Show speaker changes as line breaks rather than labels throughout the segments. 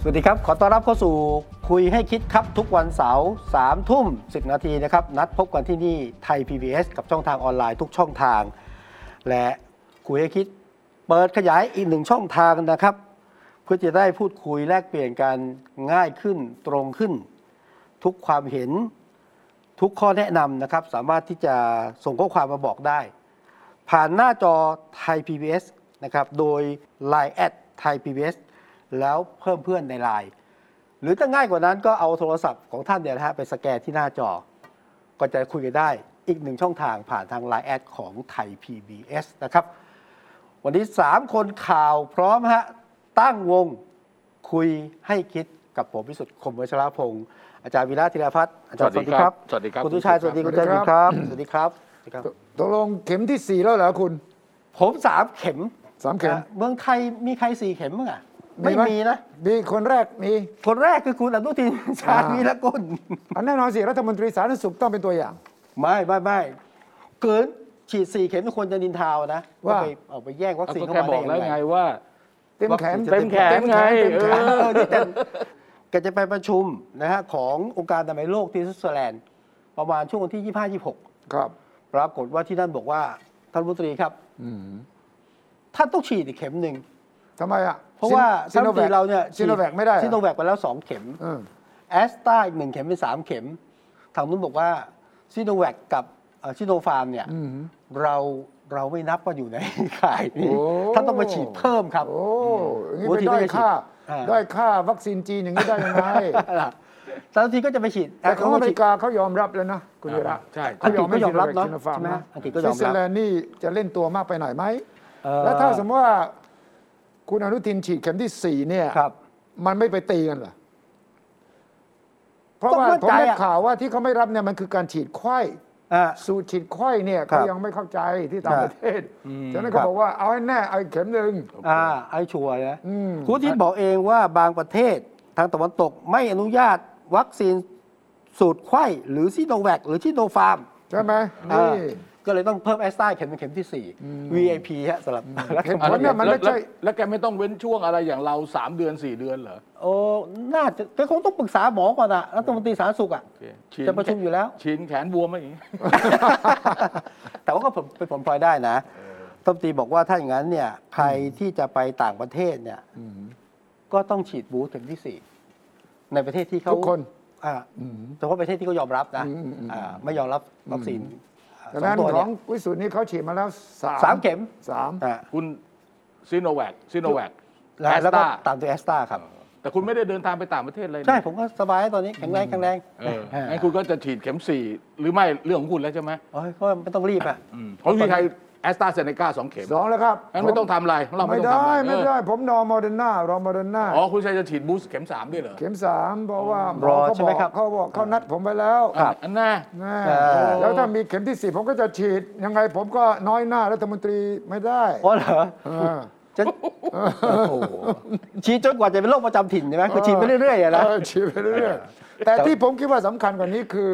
สวัสดีครับ ขอต้อนรับเข้าสู่คุยให้คิดครับทุกวันเสาร์สามทุ่มสินาทีนะครับ นัดพบกันที่นี่ไทย PBS กับช่องทางออนไลน์ทุกช่องทาง และคุยให้คิด เปิดขยายอีกหนึ่งช่องทางนะครับ เพื่อจะได้พูดคุยแลกเปลี่ยนกันง่ายขึ้นตรงขึ้น ทุกความเห็นทุกข้อแนะนำนะครับ สามารถที่จะส่งข้อความมาบอกได้ ผ่านหน้าจอไทย PBS นะครับ โดย Line แอดไทย PBS แล้วเพิ่มเพื่อนใน Line หรือถ้าง่ายกว่านั้นก็เอาโทรศัพท์ของท่านเนี่ยนะฮะไปสแกนที่หน้าจอ ก็จะคุยกันได้อีกหนึ่งช่องทางผ่านทาง Line แอดของไทย PBS นะครับ วันนี้ 3 คนข่าวพร้อมฮะ ตั้งวงคุยให้คิดกับผมพิสุทธิ์คมวชรพงศ์อาจารย์วีระธีรพัฒน์อาจารย์ส
สวั
วัส
สดี
ดีค
ครั
รับบ
สวัสดีครับ
คุณทุชัยสวัสดี
คุ
คุณ
ณ
ใจ
ชั
คุ
ย
ณครับสวัสดีครับสวัสดีครับ
ตกลงเข็มที่สี่แล้วเหรอคุณ
ผมสามเข็ม
สามเข็ม
อ่ะเมืองไทยมีใครสี่เข็มมั้งอ่ะ ไม่
ห
มีนะ
มีคนแรกมี
คนแรกคือคุณอนุทิ น ชาญ
อ่า
วีรกุล
อันแน่นอนสิรัฐมนตรีสาธารณสุขต้องเป็นตัวอย่าง
ไม่ไม่ไม่เกินฉีดสี่เข็มทุกคนจะนินทาวนะ
ว่า
ไปเอาไปแย่งวัคซีน
ก็
เข้า
แค่
มา
บ
ได้
อ
ยัง
กแล้ว
ไง
ไงว่า
เต็มแขน
เต็มแขนไง
เต็มแขน
เออ
เออนี่แต่ แกจะไปประชุมนะฮะขององค์การอนามัยโลกที่สวิตเซอร์แลนด์ ประมาณช่วงวันที่ 25 26
ครับ
ปรากฏว่าที่นั่นบอกว่าท่านรัฐมนตรีครับท่านต้องฉีดอีกเข็มหนึ่ง
ทำไมอ่ะ
เพราะว่าท่านรัฐมนตรีเราเนี่ย
ซิโนแวคไม่ได้เหรอ
ซิโนแวคไปแล้วสองเข็ม
เออ
แอสตราอีกหนึ่งเข็มเป็นสามเข็ม ทางนู้นบอกว่าซิโนแวคกับซิโนฟาร์มเนี่ย
อืม
เราเราไม่นับว่าอยู่ในข่ายนี้
โอ้
ท่านต้องมาฉีดเพิ่มครับ
โอ้อย่างนี้
โอ้
ไป
ที่
ได้อยค่า
อ่า
ได้อยค่าวัคซีนจีนอย่างนี้ได้ยังไง
แล้วทีก็จะไปฉีด
แต่ของอเม
ฉี
ริ
ด
กาเขายอมรับแล้วนะคุณวีระ
ใช่
เขายอม
อังกฤษก็ยอมรับ
ให้
เนอะ
Sinovac
ใช่ไหม
นะ
อังกฤษก็ยอมรับ
สวิตเซอร์แลนด์นี่จะเล่นตัวมากไปหน่อยไหม
เอ่อ
แล้วถ้าสมมติว่าคุณอนุทินฉีดเข็มที่สี่เนี่ย
ครับ
มันไม่ไปตีกันเหรอ เพราะ
ก็
ว่า
เพื่อน
ผม
ใจ
ได้
อะ
ข่าวว่าที่เขาไม่รับเนี่ยมันคือการฉีดไข้
อ่า
สูตรฉีดไข้เนี่ย
ครั
เขา
บ
ยังไม่เข้าใจที่ต่าง
ใช่
ประเทศ ฉะนั้
ค
นเขา
รับ
บอกว่าเอาให้แน่เอาอีกเข็มหนึ่ง
อ่าไอชัวร์นะ
อืม
คุณทินบอกเองว่าบางประเทศทางตะวันตกไม่อนุญาตวัคซีนสูตรไข้หรือซิโนแวคหรือซิโนฟาร์ม
ใช่ไหม
อ่า
นี่
ก็เลยต้องเพิ่มแอสตราเข็มเป็นเข็มที่สี่ VIP ฮะสำหรับรัฐ
เห็น
มนต
ผ
รี
ลเนี่ยมันไม่ใช่
แล้วแกไม่ต้องเว้นช่วงอะไรอย่างเรา 3 เดือน 4 เดือนเหรอ
โอ้ น่าจะก็คงต้องปรึกษาหมอก่อนอะรัฐมนตรีสาธารณสุขอะ
โอเคฉีด
จะประชุมอยู่แล้ว
ฉีดแขนบวมไหมอย่างงี้
แต่ว่าก็ผลเป็นผลพลอยได้นะรัฐมนตรีบอกว่าถ้าอย่างนั้นเนี่ย ใครที่จะไปต่างประเทศเนี่ยก็ต้องฉีดบูสต์เข็มที่สี่ในประเทศที่เขา
ทุกคน
อ่าแต่ว่าะประเทศที่เขายอมรับนะอ่าไม่ยอมรับวัคซีน
ฉะ
สอ
นั้
ง
น
ตัว
ข
เนี่
อย งวิสุทธิ์นี่เขาฉีดมาแล้วสาม
สามเข็ม
สาม
อ่า
คุณซีโนแวคซีโนแวค
แล้ว
แอส
แล้ว
ต
ก็
รา
ตามตัวแอสตาครับ
แต่คุณไม่ได้เดินทางไปต่างประเทศเลยนะ
ใช่ผมก็สบายตอนนี้แข็งแรงแข็งแรง
เออ
อ่า
งั้นคุณก็จะฉีดเข็ม 4 หรือไม่เรื่องของคุณแล้วใช่ไหม
โอ้ยก็ไม่ต้องรีบอะ
อืมของพี่ไทยแอสตราเซเนกาสองเข็ม
สองแล้วครับ
งั้นไม่ต้องทำอะไรของเรา
ไม่
ไม่ต้อง
ได้
ทำอะไร
ไม่ได้ ผมรอโมเดอร์นารอโมเดอร์นา
เอออ๋อคุณชัยจะฉีดบูสต์เข็มสามด้วยเหรอ
เข็มสามเพราะว่าม
รอ
เขา
ใช่
บ
ไหม
อก
ครับ
เขาบอกเขานัดผมไปแล้ว
ครับ
อันน่ะ
แน่
เออ
แล้วถ้ามีเข็มที่สี่ผมก็จะฉีด ยังไงผมก็น้อยหน้ารัฐมนตรีไม่ได้
อ๋อเหรอ
เออ
จะโอ้โหชี้จนกว่าจะเป็นโรคประจำถิ่นใช่ไหมก็ชี้ไปเรื่อยๆอะนะ
เฉีดไปเรื่อยๆแต่ที่ผมคิดว่าสำคัญกว่านี้คือ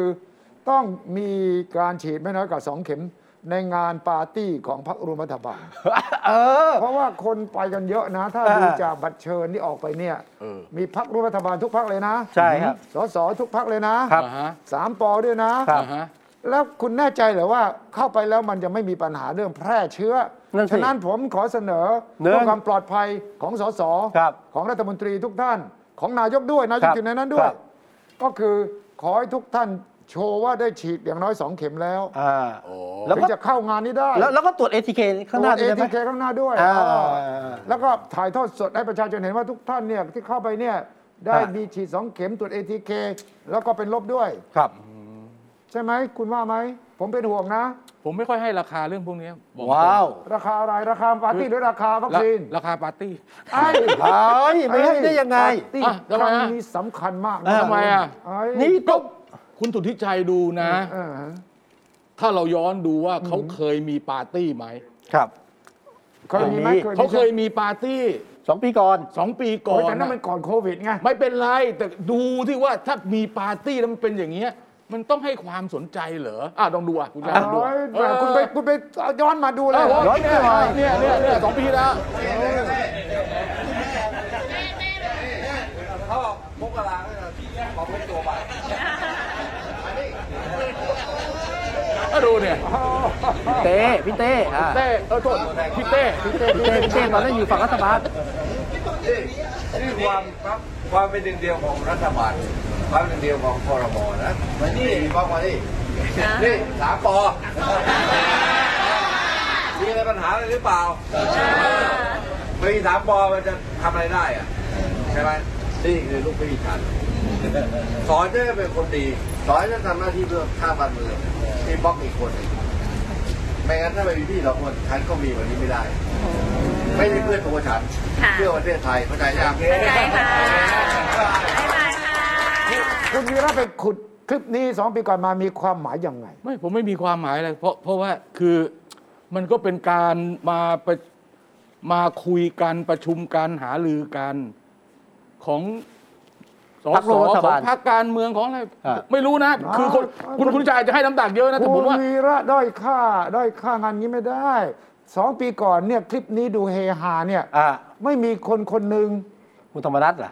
ต้องมีการฉีดไม่น้อยกว่าสองเข็มในงานปาร์ตี้ของพรรครวมรัฐบาล
เออ
เพราะว่าคนไปกันเยอะนะ ถ้า
อ่า
ดูจากบัตรเชิญที่ออกไปเนี่ย
เออ
มีพรรครวมรัฐบาลทุกพรรคเลยนะ
ใช่ครับ
สสทุกพรรคเลยนะ
ครับ
อ่าฮะ
สามปอด้วยนะ
ครับ
อ่าฮะ
แล้วคุณแน่ใจเหรือว่าเข้าไปแล้วมันจะไม่มีปัญหาเรื่องแพร่เชื้อ
นั่นสิ
ฉะนั้นผมขอเสนอ
หนึ่ง
เพื่อความปลอดภัยของสส
ครับ
ของรัฐมนตรีทุกท่าน ของนายกด้วยนาย
ค
ก
รับ
อยู่ในนั้นด้ว
ค
ย
รับ
ก็คือขอให้ทุกท่านโชว์ว่าได้ฉีดอย่างน้อยสองเข็มแล้ว
อ่าแล้ว
ถึ
ก็
งจะเข้างานนี้ได้
แล้วแล้วก็ตรวจเอทีเคข้างหน้า
เอ
ด้วย
ที
ใช่ไห
เค
ม
ข้างหน้าด้วย
อ่า
เออแล้วก็ถ่ายทอดสดให้ประชาชนเห็นว่าทุกท่านเนี่ยที่เข้าไปเนี่ยได้
อ่ามี
มีฉีดสองเข็มตรวจเอทีเคแล้วก็เป็นลบด้วย
ครับ
ใช่ไหมคุณว่าไหมผมเป็นห่วงนะ
ผมไม่ค่อยให้ราคาเรื่องพวกนี้บอกตรง
ว้าว
ราคาอะไรราคาปาร์ตี้หรือราคาวัคซีน
ราคาปาร์ตี้
ไอ้
เฮ้ยไม่ให้ได้ยังไง
ปาร์ตี้
อ่ะทำ
ค
ไม
รั้ง
ฮะ
นี้สำคัญมากน
เออ
ทำไมอ่ะ
ไอ้
นี่ก็
คุณสุทธิชัยดูนะ
เออฮะ
ถ้าเราย้อนดูว่าเขาเคยมีปาร์ตี้ไหม
ครับ
เคยมีไหม
มี
เคยมี
เขาเคยมีปาร์ตี้
สองปีก่อน
สองปี
โอ้
ก่อยน
แต่นั่น
น่ะ
มันก่อนโควิดไง
ไม่เป็นไร แต่ดูที่ว่าถ้ามีปาร์ตี้แล้วมันเป็นอย่างเงี้ย มันต้องให้ความสนใจเหรออ่ะลองดูอ่ะคุณชายลองดู
โอ้
อ่ะ
ยแหมคุณไปคุณไปย้อนมาดูเล
เอยอ
เหรอ
ย้อนไปหน่อย
เนี่ยเนี่ยเนี่ยสองปีแล้ว เขาบอกมกราเนี่ยพี่แค่บอกไม่ตัวไปดูเนี่ย
พี่เต้พี่เต้อ่า
เต้เออโทษพี่เต้
พี่เต้พี่เต้พี่เต้ตอนนั้นอยู่ฝั่งรัฐบาล
นี่นี่ความความเป็นหนึ่งเดียวของรัฐบาล ความเป็นหนึ่งเดียวของคอรมอนะมันนี่ฟังมาดินี่สามปอมีอะไรปัญหาอะไรหรือเปล่าปีสามปอมันจะทำอะไรได้อะใช่ไหมนี่คือลูกพี่ฉันสอนจะได้เป็นคนดี สอนจะทำหน้าที่เพื่อข้าติบ้านเมืองที่บล็อกอีกคนหนึ่งไม่งั้นถ้าไม่มีพี่สองคนฉันก็มีวันนี้ไม่ได้ ไม่ใช่เพื่อนตัวฉัน เพื่อประเทศไทยเข้าใจยังเข้าใจค่ะ
คุณวีระไปขุดคลิปนี้สองปีก่อนมามีความหมายยังไง
ไม่ผมไม่มีความหมายอะไรเพราะเพราะว่าคือมันก็เป็นการมาประมาคุยกันประชุมกันหารือกันของส
พรรคร่วมรัฐ
ข
บาล
องพรรคการเมืองของอะไร
อ่า
ไม่รู้นะ คือคน
อ่า
คุณคุณชายจะให้น้ำหนักเยอะนะแต่ผม
คุณ
ว่า
วีระด้อยค่าด้อยค่างานนี้ไม่ได้สองปีก่อนเนี่ยคลิปนี้ดูเฮฮาเนี่ย
อ่า
ไม่มีคนคนหนึ่ง
คุณธรรมนัฐเหรอ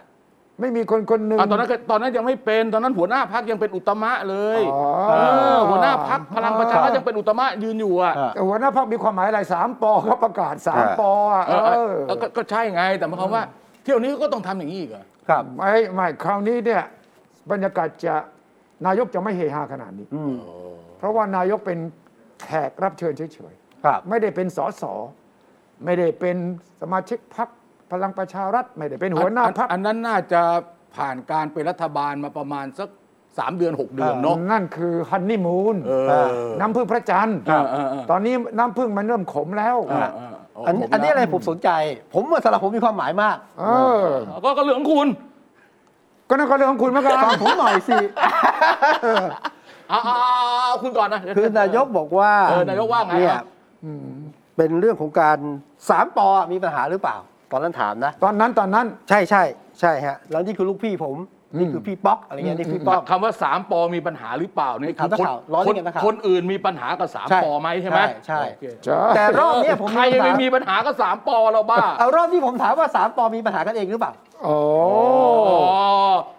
ไม่มีคนคนหนึ่ง
อ่ะตอนนั้นก็ตอนนั้นยังไม่เป็นตอนนั้นหัวหน้าพักยังเป็นอุตตมะเลย
อ๋อ
เออหัวหน้าพักพลังประชารัฐ
อ่ายั
ยังเป็นอุตตมะยืนอยู่อ่ะ
อ่า
แต่หัวหน้าพักมีความหมายอะไรสามปอเขาประกาศสาม
อ่า
ปออะ
เออเอ
เอ
อ
อ
เออก็ก็ใช่ไงแต่หมายความว่า เที่ยวนี้ก็ต้องทำอย่างนี้อีกเหรอ
ครับ
ไม่ไม่คราวนี้เนี่ยบรรยากาศจะนายกจะไม่เฮฮาขนาดนี้
อืม
เพราะว่านายกเป็นแขกรับเชิญเฉยๆ
ครับ
ไม่ได้เป็นสสไม่ได้เป็นสมาชิกพักพลังประชารัฐ ไม่ได้เป็นหัวหน้า
อั
พัก
อันนั้นน่าจะผ่านการเป็นรัฐบาลมาประมาณสักสามเดือนหกเดือน
เออ
เนาะ
นั่นคือฮันนี่มูน
เออ
น้ำพึ่งพระจันทร์
เออเออเออ
ตอนนี้น้ำพึ่งมันเริ่มขมแล้ว
เออเออเา
อัน
ผม
อันนี้อะไรผมสนใจ ผมว่าสำหรับผมมีความหมายมาก
เออ
ก็ก็เรื่องของคุณ
ก็นั่นก็เรื่องของคุณเหมือนกัน
ฟังผมหน่อยสิ
เอาเอาเอาเอาคุณก่อนนะ
คือนายกบอกว่า
เออนายกว่าไง
เนี่ย
ครับ
เป็นเรื่องของการสามปอมีปัญหาหรือเปล่า ตอนนั้นถามนะ
ตอนนั้นตอนนั้น
ใช่ใช่ใช่ฮะ แล้วนี่คือลูกพี่ผมนี่คือพี่ป๊อกอะไรเงี้ยนี่พี่ป๊อก
คำว่าสามปอมีปัญหาหรือเปล่าเนี่ย
ถามนัก
คน
ข่าวร้อย
คน
เรื่องนักข่าว
คนอื่นมีปัญหากับสาม
ใช่
ปอไหมใช่ไหม
ใช่ใช่
โอเค
แต่รอบเนี้ยผม
ใครยังไม่มีปัญหากับสามปอเราบ้า
เอารอบที่ผมถามว่าสามปอมีปัญหากันเองหรือเปล่า
โอ้
อ๋อ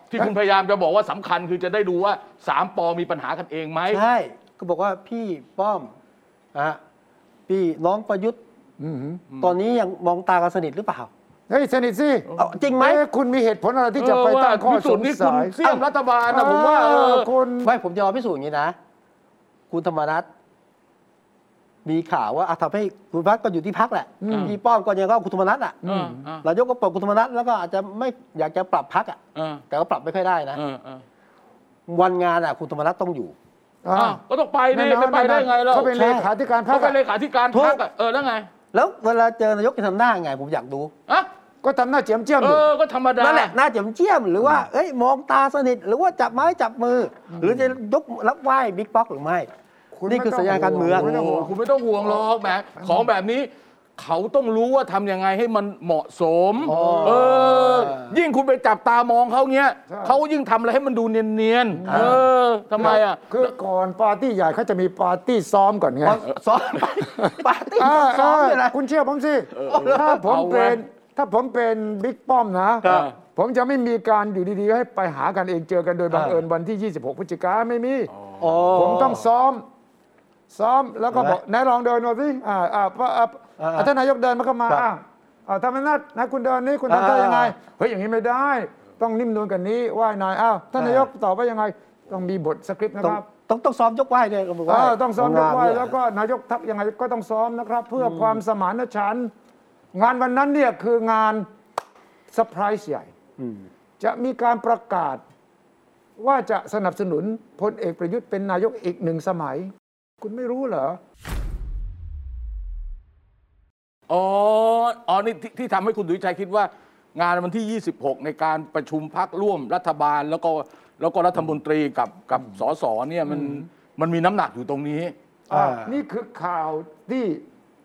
ที่คุณพยายามจะบอกว่าสำคัญคือจะได้ดูว่าสามปอมีปัญหากันเองไหม
ใช่ ก็บอกว่าพี่ป้อมนะฮะพี่น้องประยุทธ์
อืม
ตอนนี้ยังมองตากันสนิทหรือเปล่า
เฮ้ยสนิทสิ
เอาจริงไหม
เอ๊ะคุณมีเหตุผลอะไรที่จะไปตั้งข้อ
เว่าพิ
ส
สูจ
ง
น์นี่คุ
สั
ณ
ย
เสี่ยมรัฐบาลนะผมว่าเอ
เอ
อ
อคุณ
ไม่ผมยอมพิสูจน์อย่างนี้นะ คุณธรรมนัฐมีข่าวว่าอ่ะทำให้คุณพักก็อยู่ที่พักแหละพี่ป้อมก็ยังก็คุณธรรมนัฐอ่ะ
เออเออน
ายกก็ปลดคุณธรรมนัฐแล้วก็อาจจะไม่อยากจะปรับพักอ่ะ
เออ
แต่ก็ปรับไม่ค่อยได้นะ
เออเออ
วันงานอ่ะ คุณธรรมนัฐต้องอยู่
อ่า
อ้าวก็ต้องไปดิไม่ไปได้ไงเรา
เขาเป็นเลขาธิการพรร
เขา
ค
เป็
อะ
นเลขาธิการพรรคอะเออแล้วไง
แล้วเวลาเจอนายกจะทำหน้าไง ผมอยากดู
อ่ะ
ก็ทำหน้าเจียมเจียม
เอ
ดิ
อก็ธรรมดา
นั่นแหละหน้าเจียมเจียมหรือว่าเอ้ยมองตาสนิท หรือว่าจับไม้จับมืออหรือจะยกรับไหว้บิ๊กป๊อกหรือไม่
ณ
นี่คือสัญญาณการเมือง
ไต้
โอ้โห
งห่วง
คุณไม่ต้องห่วงหรอกแหมของแบบนี้ เขาต้องรู้ว่าทำยังไงให้มันเหมาะสม
อ๋อ
เออ ยิ่งคุณไปจับตามองเขาเงี้ยเขายิ่งทำอะไรให้มันดูเนียนๆเออทำไมอ่ะ
คือก่อนปาร์ตี้ใหญ่เขาจะมีปาร์ตี้ซ้อมก่อนไง
พอซ้อมไป ปาร์ตี้
เออ
ซ้อมเลยนะ
เออคุณเชื่อผมสิ
เออเออ
ถ้าผม
เอาวะ
เป็นถ้าผมเป็นบิ๊กป้อมนะครับ ผมจะไม่มีการอยู่ดีๆ ให้ไปหากันเองเจอกันโดยบังเอิญวันที่ 26พฤศจิกาไม่มี ผมต้องซ้อม ซ้อมแล้วก็บอกนายลองเดินมาสิอ่าอ่าป้าอ่า
อ่า
อ่าท่านนายกเดินมาเข้ามา
ครับ
อ่าอ่าธรรมนัฐนะคุณเดินนี่คุณ
อ่า
ทำได้ยังไง
อ่า
เฮ้ยอย่างนี้ไม่ได้ ต้องนิ่มนวลกันนี้ไหว่ายนายอ้าวท่าน
อ่าน
นายกตอบว่ายังไง ต้องมีบทสคริปต์นะ
ต้อง
ครับ
ต้องต้องซ้อมยกไหว้ด้วยก็บกว่า
เออต้องซ้อมยกไหว่าย
เ
แล้วก็นายกทักยังไงก็ต้องซ้อมนะครับ เพื่อความสมานฉันท์งานวันนั้นเนี่ยคืองานเซอร์ไพรส์ใหญ่
อืม
จะมีการประกาศว่าจะสนับสนุนพลเอกประยุทธ์เป็นนายกอีกหนึ่งสมัย คุณไม่รู้เหรอ
อ๋ออ๋อนี่ที่ที่ทำให้คุณดุยชัยคิดว่า งานวันที่ 26 ในการประชุมพักร่วมรัฐบาล แล้วก็แล้วก็รัฐมนตรีกับกับสสเนี่ยมันมันมีน้ำหนักอยู่ตรงนี้
อ่า
อ่านี่
นี่คือข่าวที่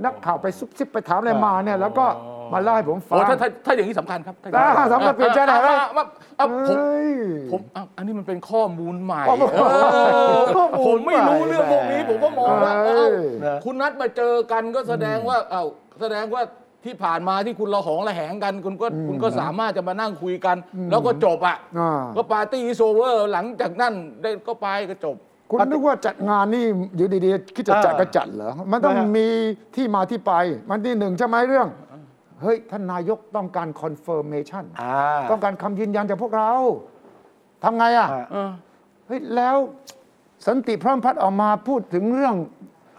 นักข่าวไปซุบซิบไปถามอะไรมาเนี่ย แล้วก็
อ๋อ
มาเล่าให้ผมฟั
โอ้
ง
ถ้าถ้าถ้าอย่างนี้สำคัญครับถ้าอย่งนี้
อ่าสำคัญเปลี่ยนใจหน่อยไหม
าาอ่าผม
เฮ้ย
ผมอ้าวอันนี้มันเป็นข้อมูลใหม่
ข้อมูล
เออ
ข้อมูล
ผมไม่รู้เรื่องพวกนี้
ใหม่
ผมก็มองว่า
เออ
เอ้า
เนอะ
คุณนัดมาเจอกันก็แสดงว่าเอ้าแสดงว่าที่ผ่านมาที่คุณระหองระแหงกัน คุณก็คุณก็สามารถจะมานั่งคุยกัน แล้วก็จบอ่ะ
อ่า
ก็ปาร์ตี้อีโซเวอร์หลังจากนั้นได้ก็ไปก็จบ
คุณนึกว่าจัดงานนี่อยู่ดีๆคิดจะจัด
เออ
ก็จัดเหรอ มันต้อง
นะฮะ
มีที่มาที่ไป มันที่หนึ่งใช่ไหมเรื่อง เฮ้ย ท่านนายกต้องการ confirmation
อ่า
ต้องการคำยืนยันจากพวกเราทำไงอ่ะ
อ่า
เฮ้ย แล้วสันติพร้อมพัฒน์ออกมาพูดถึงเรื่อง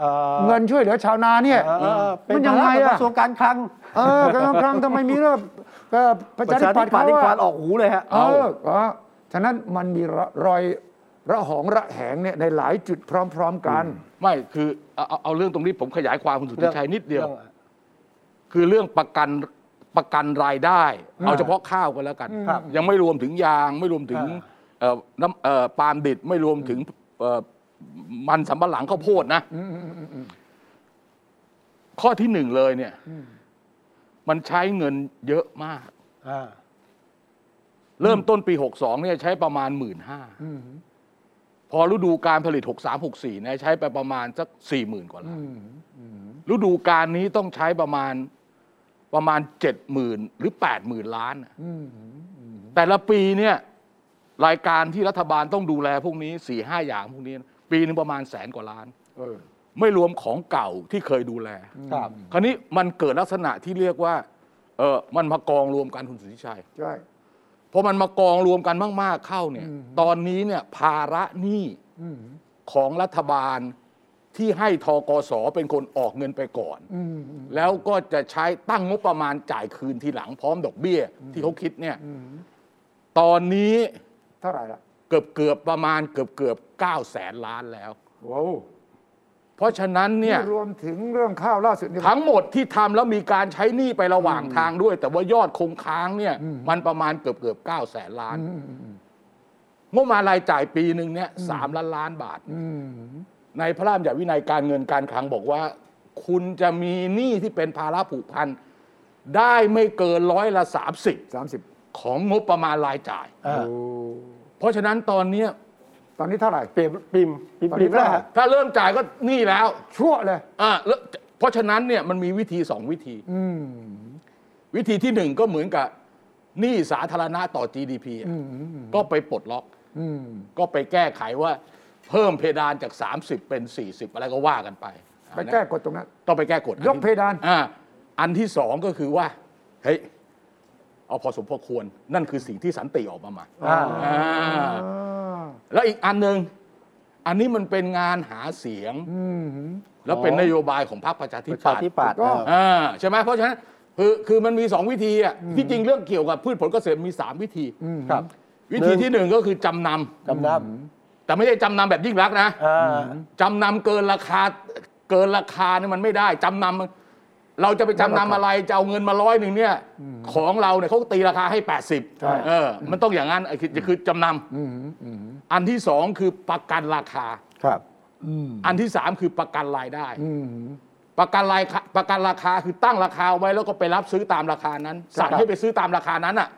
อ่อ
เงินช่วยเหลือชาวนาเนี่ย
เออเออเป็น
มันยั
ยังง
ไง
ไง
อะ
กระทรวงการคลัง
เออกระทรวงการคลังทำไมมีเรื่องเอ่อประ
ประ
ชาธิ
ชา
ปัต
ธิ
ย์
ปัต
เขา
ย์นี่ควา
อะ
นออกหูเลยฮะ
เออก็ฉะนั้นมันมีระรอยระหองระแหงเนี่ยในหลายจุดพร้อมๆกัน
ไม่คือเอาเอาเอาเรื่องตรงนี้ผมขยายความคุณสุทธิชัยนิดเดียว
รื่อง
คือเรื่องประกันประกันรายได้ เอาเฉพาะข้าวก็แล้วกัน
ครับ
ยังไม่รวมถึงยางไม่รวมถึงเอ่อน้ำเอ่อปาล์มดิบไม่รวมถึงเอ่อมันสำปะหลังข้าวโพดนะข้อที่หนึ่งเลยเนี่ย มันใช้เงินเยอะมาก
อ่า
เริ่มต้นปี 62เนี่ยใช้ประมาณ 1 5ื่นห้าพอฤดูการผลิต 63 64เนี่ยใช้ไปประมาณสัก 40,000 กว่าล้านฤดูการนี้ต้องใช้ประมาณประมาณ 70,000 หรือ 80,000 ล้านน่ะแต่ละปีเนี่ยรายการที่รัฐบาลต้องดูแลพวกนี้4ี่ห้าอย่างพวกนี้ ปีหนึงประมาณแสนกว่าล้าน
เออ
ไม่รวมของเก่าที่เคยดูแล
ครับ
คราวนี้มันเกิดลักษณะที่เรียกว่าเออมันมากองรวมกันคุณสุทธิชัย
ใช่
พอมันมากองรวมกันมาก ๆ เข้าเนี่ย ตอนนี้เนี่ยภาระหนี้ของรัฐบาลที่ให้ทกสเป็นคนออกเงินไปก่อน แล้วก็จะใช้ตั้งงบประมาณจ่ายคืนทีหลังพร้อมดอกเบี้ย ที่เขาคิดเนี่ย ตอนนี้
เท่าไหร่ละ
เกือบเกือบๆประมาณเกือบเกือบเก้าแสนล้านแล้ว
ว้าว
เพราะฉะนั้นเนี่ย
รวมถึงเรื่องข้าวล่าสุดนี่
ทั้งหมดที่ทำแล้วมีการใช้หนี้ไประหว่างทางด้วย แต่ว่ายอดคงค้างเนี่ย มันประมาณเกือบเกือบเก้าแสนล้านงบประมาณรายจ่ายปีหนึ่งเนี่ยสามล้านล้านบาท
อืม
ในพระราชบัญญัติวินัยการเงินการคลังบอกว่า คุณจะมีหนี้ที่เป็นภาระผูกพัน ได้ไม่เกินร้อยละสามสิบ
สามสิบ
ของงบประมาณรายจ่าย
อ่า
โอ้
เพราะฉะนั้นตอนเนี้ย
ตอนนี้เท่าไหร่
เปลี่ยนปิมปิม
ตอนนี้
ปิมแล้วฮะ
ถ้าเริ่มจ่ายก็หนี้แล้ว
ชั่วเลย
อ่าแล้วเพราะฉะนั้นเนี่ยมันมีวิธีสองวิธี
อืม
วิธีที่หนึ่งก็เหมือนกับหนี้สาธารณะต่อ GDP อะก็ไปปลดล็อก
อืม
ก็ไปแก้ไขว่าเพิ่มเพดานจาก 30 เป็น 40 อะไรก็ว่ากันไป
ไปแก้กฎตรงนั้น
ต้องไปแก้กฎอัน
ยกเพดาน
อ่าอันที่สองก็คือว่า เฮ้ย เอาพอสมพอควร นั่นคือสิ่งที่สันติออกมาใหม่
อ่า
อ่า
อ่า
แล้วอีกอันหนึ่งอันนี้มันเป็นงานหาเสียง
อืม
แล้วเป็นนโยบายของพรรคประชาธิ
ประชา
ปัตย์
ธิปัตย์
ก็
เออ
อ่าใช่ไหมเพราะฉะนั้นคือคือมันมี 2 วิธีอ่ะที่จริงเรื่องเกี่ยวกับพืชผลเกษตรมี 3 วิธี
ครับ
วิ
ห
ธี
นึ่ง
ที่ 1 ก็คือจำน
จำนำ
ำแต่ไม่ใช่จำนำแบบยิ่งรักษณ์นะ
อ่า
จำนำเกินราคาเกินราคาเนี่ยมันไม่ได้จำนำมันเราจะไปจำนำอะไรจะเอาเงินมาร้อยหนึ่งเนี่ยของเราเนี่ยเขาตีราคาให้
ใช่
80เออมันต้องอย่างนั้นไอ้คือคือจำน
อืมอืม
ำอันที่ 2 คือประกันราคา
ครับ
อันที่ 3 คือประกันรายได้
อืม
ประกันรายคาประกันราคาคือตั้งราคาไว้แล้วก็ไปรับซื้อตามราคานั้น สั่งให้ไปซื้อตามราคานั้นอ่ะ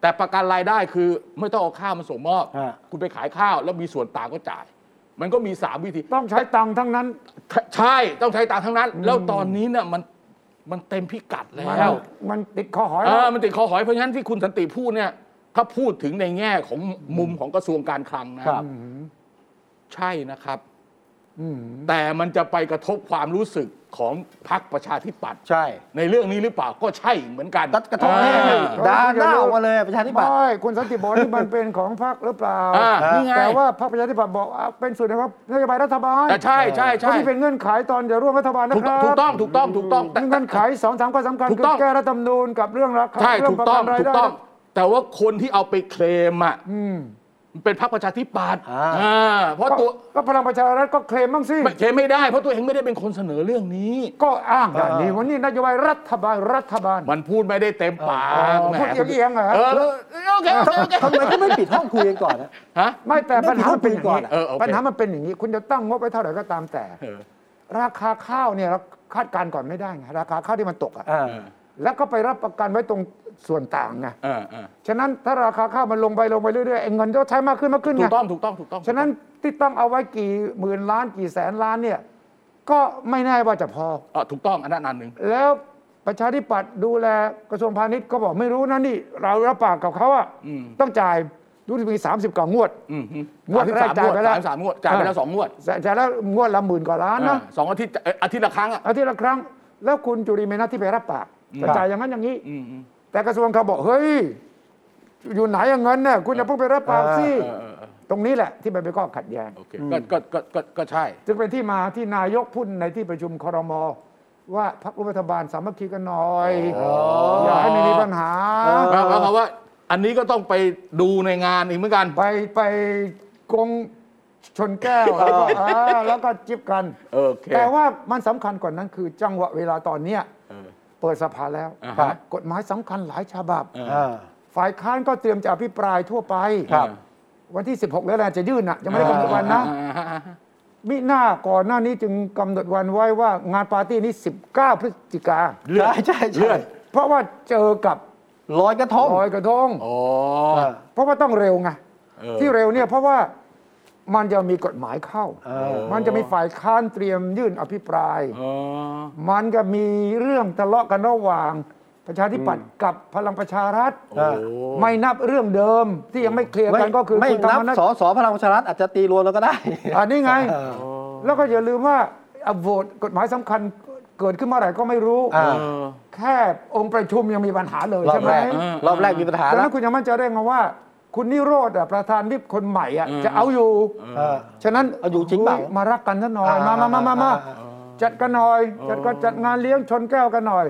แต่ประกันรายได้คือไม่ต้องเอาข้าวมาส่งมอบ
ฮะ
คุณไปขายข้าวแล้วมีส่วนต่างก็จ่าย มันก็มีสามวิธี
ต้องใช้ตังค์ทั้งนั้น
ใช่ต้องใช้ตามทั้งนั้น แล้วตอนนี้เนี่ยมันมันเต็มพิกัดแล้
มัน
ว
มันติดคอหอย
เออมันติดคอหอยเพราะฉะนั้นที่คุณสันติพูดเนี่ย ถ้าพูดถึงในแง่ของมุมของกระทรวงการคลังนะครับ ใช่นะครับ
อืม
แต่มันจะไปกระทบความรู้สึกของพรรคประชาธิปัตย
ใช่
ในเรื่องนี้หรือเปล่าก็ใช่เหมือนกัน
ตัดกระทงให้
อ่า
ด่าหน้าออกมาเลยประชาธิปัตย์
ไม่คุณสันติบอกนี่มันเป็นของพรรคหรือเปล่า
อ่านี่ไง
แต่ว่าพรรคประชาธิปัตย์บอกอ่ะเป็นส่วนหนึ่งของนโยบายรัฐบาล
แต่ใช่ใช่
เพราะ
ใช่
นี่เป็นเงื่อนไขตอนจะร่วมรัฐบาลนะ
ถูก
ครับ
ถูกต้องถูกต้องถูกต้องแต่
เงื่อนไขสองสามข้อสำคัญ
ถู
คื
กต้อง
อแก้รัฐธรรมนูญกับเรื่องราคา
ใช่
เรื่
ถูกต้อง
ประกันราย
ถูก
ได้
ต้อง แต่ว่าคนที่เอาไปเคลมอ่ะ
อืม
มันเป็นพรรคประชาธิปัตย์
อ่า
อ่าเพราะตัว
ก็พลังประชารัฐก็เคลมบ้างสิ
ไม่เคไม่ได้ เพราะตัวเองไม่ได้เป็นคนเสนอเรื่องนี้
ก็อ้างแบบนี้วันนี้นโยบายรัฐบาลรัฐบาล
มันพูดไม่ได้เต็มปาก
อ๋อ
แหม
พูดเอียงๆเหรอ
เออโอเคโอเคโอเค
ทำไมเขาไม่ปิดห้องคุยกันก่อนนะ
ฮะ
ไม่แต่ปัญหามันเป็นอย่าง
ไม่
นี้
ถึง
เออโอเค
ปัญหามันเป็นอย่างนี้ คุณจะตั้งงบไว้เท่าไหร่ก็ตามแต่
เออ
ราคาข้าวเนี่ยเราคาดการณ์ก่อนไม่ได้ไงราคาข้าวที่มันตกอะ
อ่า
แล้วก็ไปรับประกันไว้ตรงส่วนต่างไง
เออเออ
ฉะนั้นถ้าราคาข้าวมันลงไปลงไปเรื่อยๆไอ้เงินที่เราใช้มากขึ้นมากขึ้น
ถู
ไง
กต้องถูกต้องถูกต้อง
ฉะนั้นที่ตั้งเอาไว้กี่หมื่นล้านกี่แสนล้านเนี่ยก็ไม่แน่ว่าจะพอ
เออถูกต้องอันนั้นอันหนึ่ง
แล้วประชาธิปัตย์ดูแลกระทรวงพาณิชย์ก็บอกไม่รู้นะนี่ เรารับปากกับเขาอะต้องจ่ายรู้สึกมี 30กว่างวด
อืมฮึ
งวดแรก
สามสิบสาม
จ่ายไปแล้ว
สามสิบสามงวดจ่ายไปแล้ว
เออ
สองงวด
จ่ายแล้วงวดละหมื่นกว่าล้านนะ
เออสองอาทิตย์เอ่ออาทิตย์ละครั้งอ่ะ
อาทิตย์ละครั้ง แล้วคุณจุริเมนัทที่ไปรับปากกระจายอย่างนั้นอย่างนี้
อืมอืม
แต่กระทรวงเขาบอก เฮ้ย อยู่ไหนอย่างเงินเนี่ยคุณอย่าเพิ่งไปรับปากสิ
เออเออเออ
ตรงนี้แหละที่มันเป็นข้อขัดแย้ง
โอเคก็ก็ก็ก็ก็ใช่
จึงเป็นที่มาที่นายกพูดในที่ประชุมครม ว่าพรรคร่วมรัฐบาลสามัคคีกันหน่อยอย่าให้ไม่มีปัญหา
แปลว่าคำว่าอันนี้ก็ต้องไปดูในงานอีกเหมือนกัน
ไปไปกงชนแก้วแล้วก็อ่าแล้วก็จิบกัน
โอเค
แต่ว่ามันสำคัญกว่านั้นคือจังหวะเวลาตอนเนี้ยเปิดสภาแล้ว
อ่าฮะ
ครับกฎหมายสำคัญหลายฉบับ
อ่า
ฝ่ายค้านก็เตรียมจะอภิปรายทั่วไป
ครับ
วันที่ 16 แล้วนะจะยื่นนะยังไม่ได้กำหนดวันนะ
อ่าๆ
มิหน้าก่อนหน้านี้จึงกำหนดวันไว้ว่างานปาร์ตี้นี้ 19 พฤศจิกา
ๆเลื่อน
ใช่ใช่
เลื่
ใช่
อน
เพราะว่าเจอกับ
ลอยกระทง
ลอยกระทง
อ๋อ
เพราะว่าต้องเร็วไง
เออ
ที่เร็วเนี่ยเพราะว่ามันจะมีกฎหมายเข้า
เออ
มันจะมีฝ่ายค้านเตรียมยื่นอภิปราย
อ๋อ
มันก็มีเรื่องทะเลาะกันระหว่างประชาธิปัตย์กับพลังประชารัฐ
โอ้
ไม่นับเรื่องเดิมที่ยังไม่เคลียร์กันก็คือ
ไม่
คุณธร
นั
ร
บ
มนัส
สอสอพลังประชารัฐอาจจะตีรวมแล้วก็ได้
อันนี้ไง
เออ
แล้วก็อย่าลืมว่าอโหวตกฎหมายสำคัญเกิดขึ้นเมื่อไหร่ก็ไม่รู้
อ่า
แค่องค์ประชุมยังมีปัญหาเลย
รอ
ใช่
บ
ไหม
แรก
เออ
รอบแรกมีปัญหา
ดัง
แล้
นั้
วน
คุณยังมั่นใจได้ไงว่า คุณนิโรธอะประธานวิปคนใหม่อะจะเอาอยู่
เออ
ฉะนั้น
เอาอยู่จริงเปล่า
ฮ้มารักกันซะหน่อย
อ่าม
มามามามามา
อ่า
จัดกันหน่อย จัดก็จัดงานเลี้ยงชนแก้วกันหน่อย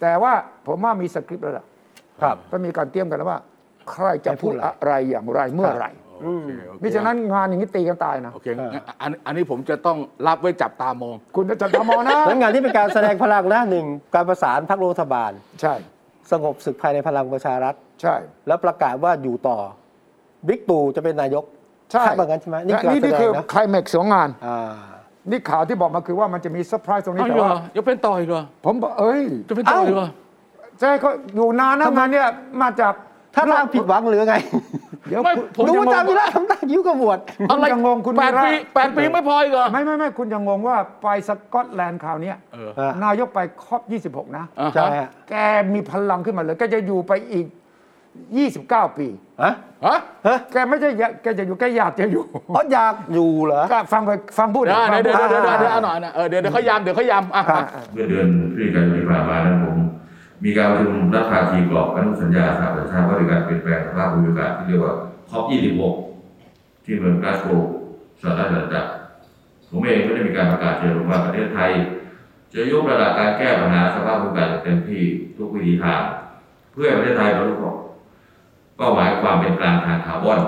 แต่ว่าผมว่ามีสคริปต์แล้วล่ะ
ครับ
ก็มีการเตรียมกันแล้วว่า ใครจะ
ใครพู
พู
ด
ด
อะไร
อะไรอย่างไรเมื่อไหร่
โอเคโอเค
มิฉะนั้นงานอย่างนี้ตีกันตายนะ
โอเคงั้นอันอันนี้ผมจะต้องรับไว้จับตามอง
คุณจะจัดกมอนะ
แล้วงานที่เป็นการแสดงพลังนะหนึ่งการประสานพรรครัฐบาล
ใช่
สงบศึกภายในพลังประชารัฐ
ใช่
แล้วประกาศว่าอยู่ต่อบิ๊กตู่จะเป็นนายก
ใช่
คาดว่างั้นใช่ไหมนี่
และ
คือการ
นี่
แส
นี่
ด
คือง
นะ
ไคลแม็กซ์ของงาน
อ่า
นี่ข่าวที่บอกมาคือว่ามันจะมีเซอร์ไพรส์ตรงนี้
เอา
แต่
เหรอ
ว่า
ยังเป็นต่ออีกเหรอ
ผมบอกเอ้ย
จะเป็นต่ออีกเหรอ
ใช่เขาอยู่นานนะงานเนี่ยมาจาก
ถ้าทางผิดหวังหรือไง
เดี๋ยว
ไม่
คุ
ผ
ณ
ม
ดู
ยังงง
จามิระทำตายิ้วกระบวด
อะไร
ยังงงคุณ
แปด
วีระ
ปีแปดปีไม่พออีกเหรอ
ไม่ไม่ไม่คุณยังงงว่าไปสกอตแลนด์คราวเนี้ย
เออ
อ่ะ
นายกไปครอบ 26 นะ
อ่าฮะ
ใช่ฮะ
แกมีพลังขึ้นมาเลย แกจะอยู่ไปอีก 29 ปี
ฮะ
ฮะ
ฮะ
แกไม่ใช่อยากแกจะอยู่แกอยากจะอยู่
อ๋ออยากอยู่เหรอ
ก็ฟังไปฟังพูด
เดี๋ยว
ฟัง
เดี๋ยว
พู
เดี๋ยวเดี๋ยวเดี๋ยวเดี๋ยว
อ่า
เอาหน่อยนะเออเดี๋ยวเดี๋ยวเขายำเดี๋ยวเขายำอ่ะ
อ่า
อ่ะ
อ่า
เมื่อเดือนพฤศจิกายนที่ผ่านมานั้นผม มีการประชุมรัฐภาคีกรอบอนุสัญญาสหประชาชาติว่าด้วยการเปลี่ยนแปลงสภาพภูมิอากาศที่เรียกว่าคอป26 ที่เมืองกาสโกลสหรัฐอเมริกาผมเองก็ได้มีการประกาศเชิญว่าประเทศไทย จะยกระดับการแก้ปัญหาสภาพภูมิอากาศอย่างเต็มที่ทุกวิธีทาง เพื่อให้ประเทศไทยบรรลุเป้าหมายความเป็นกลางทางคาร์บอน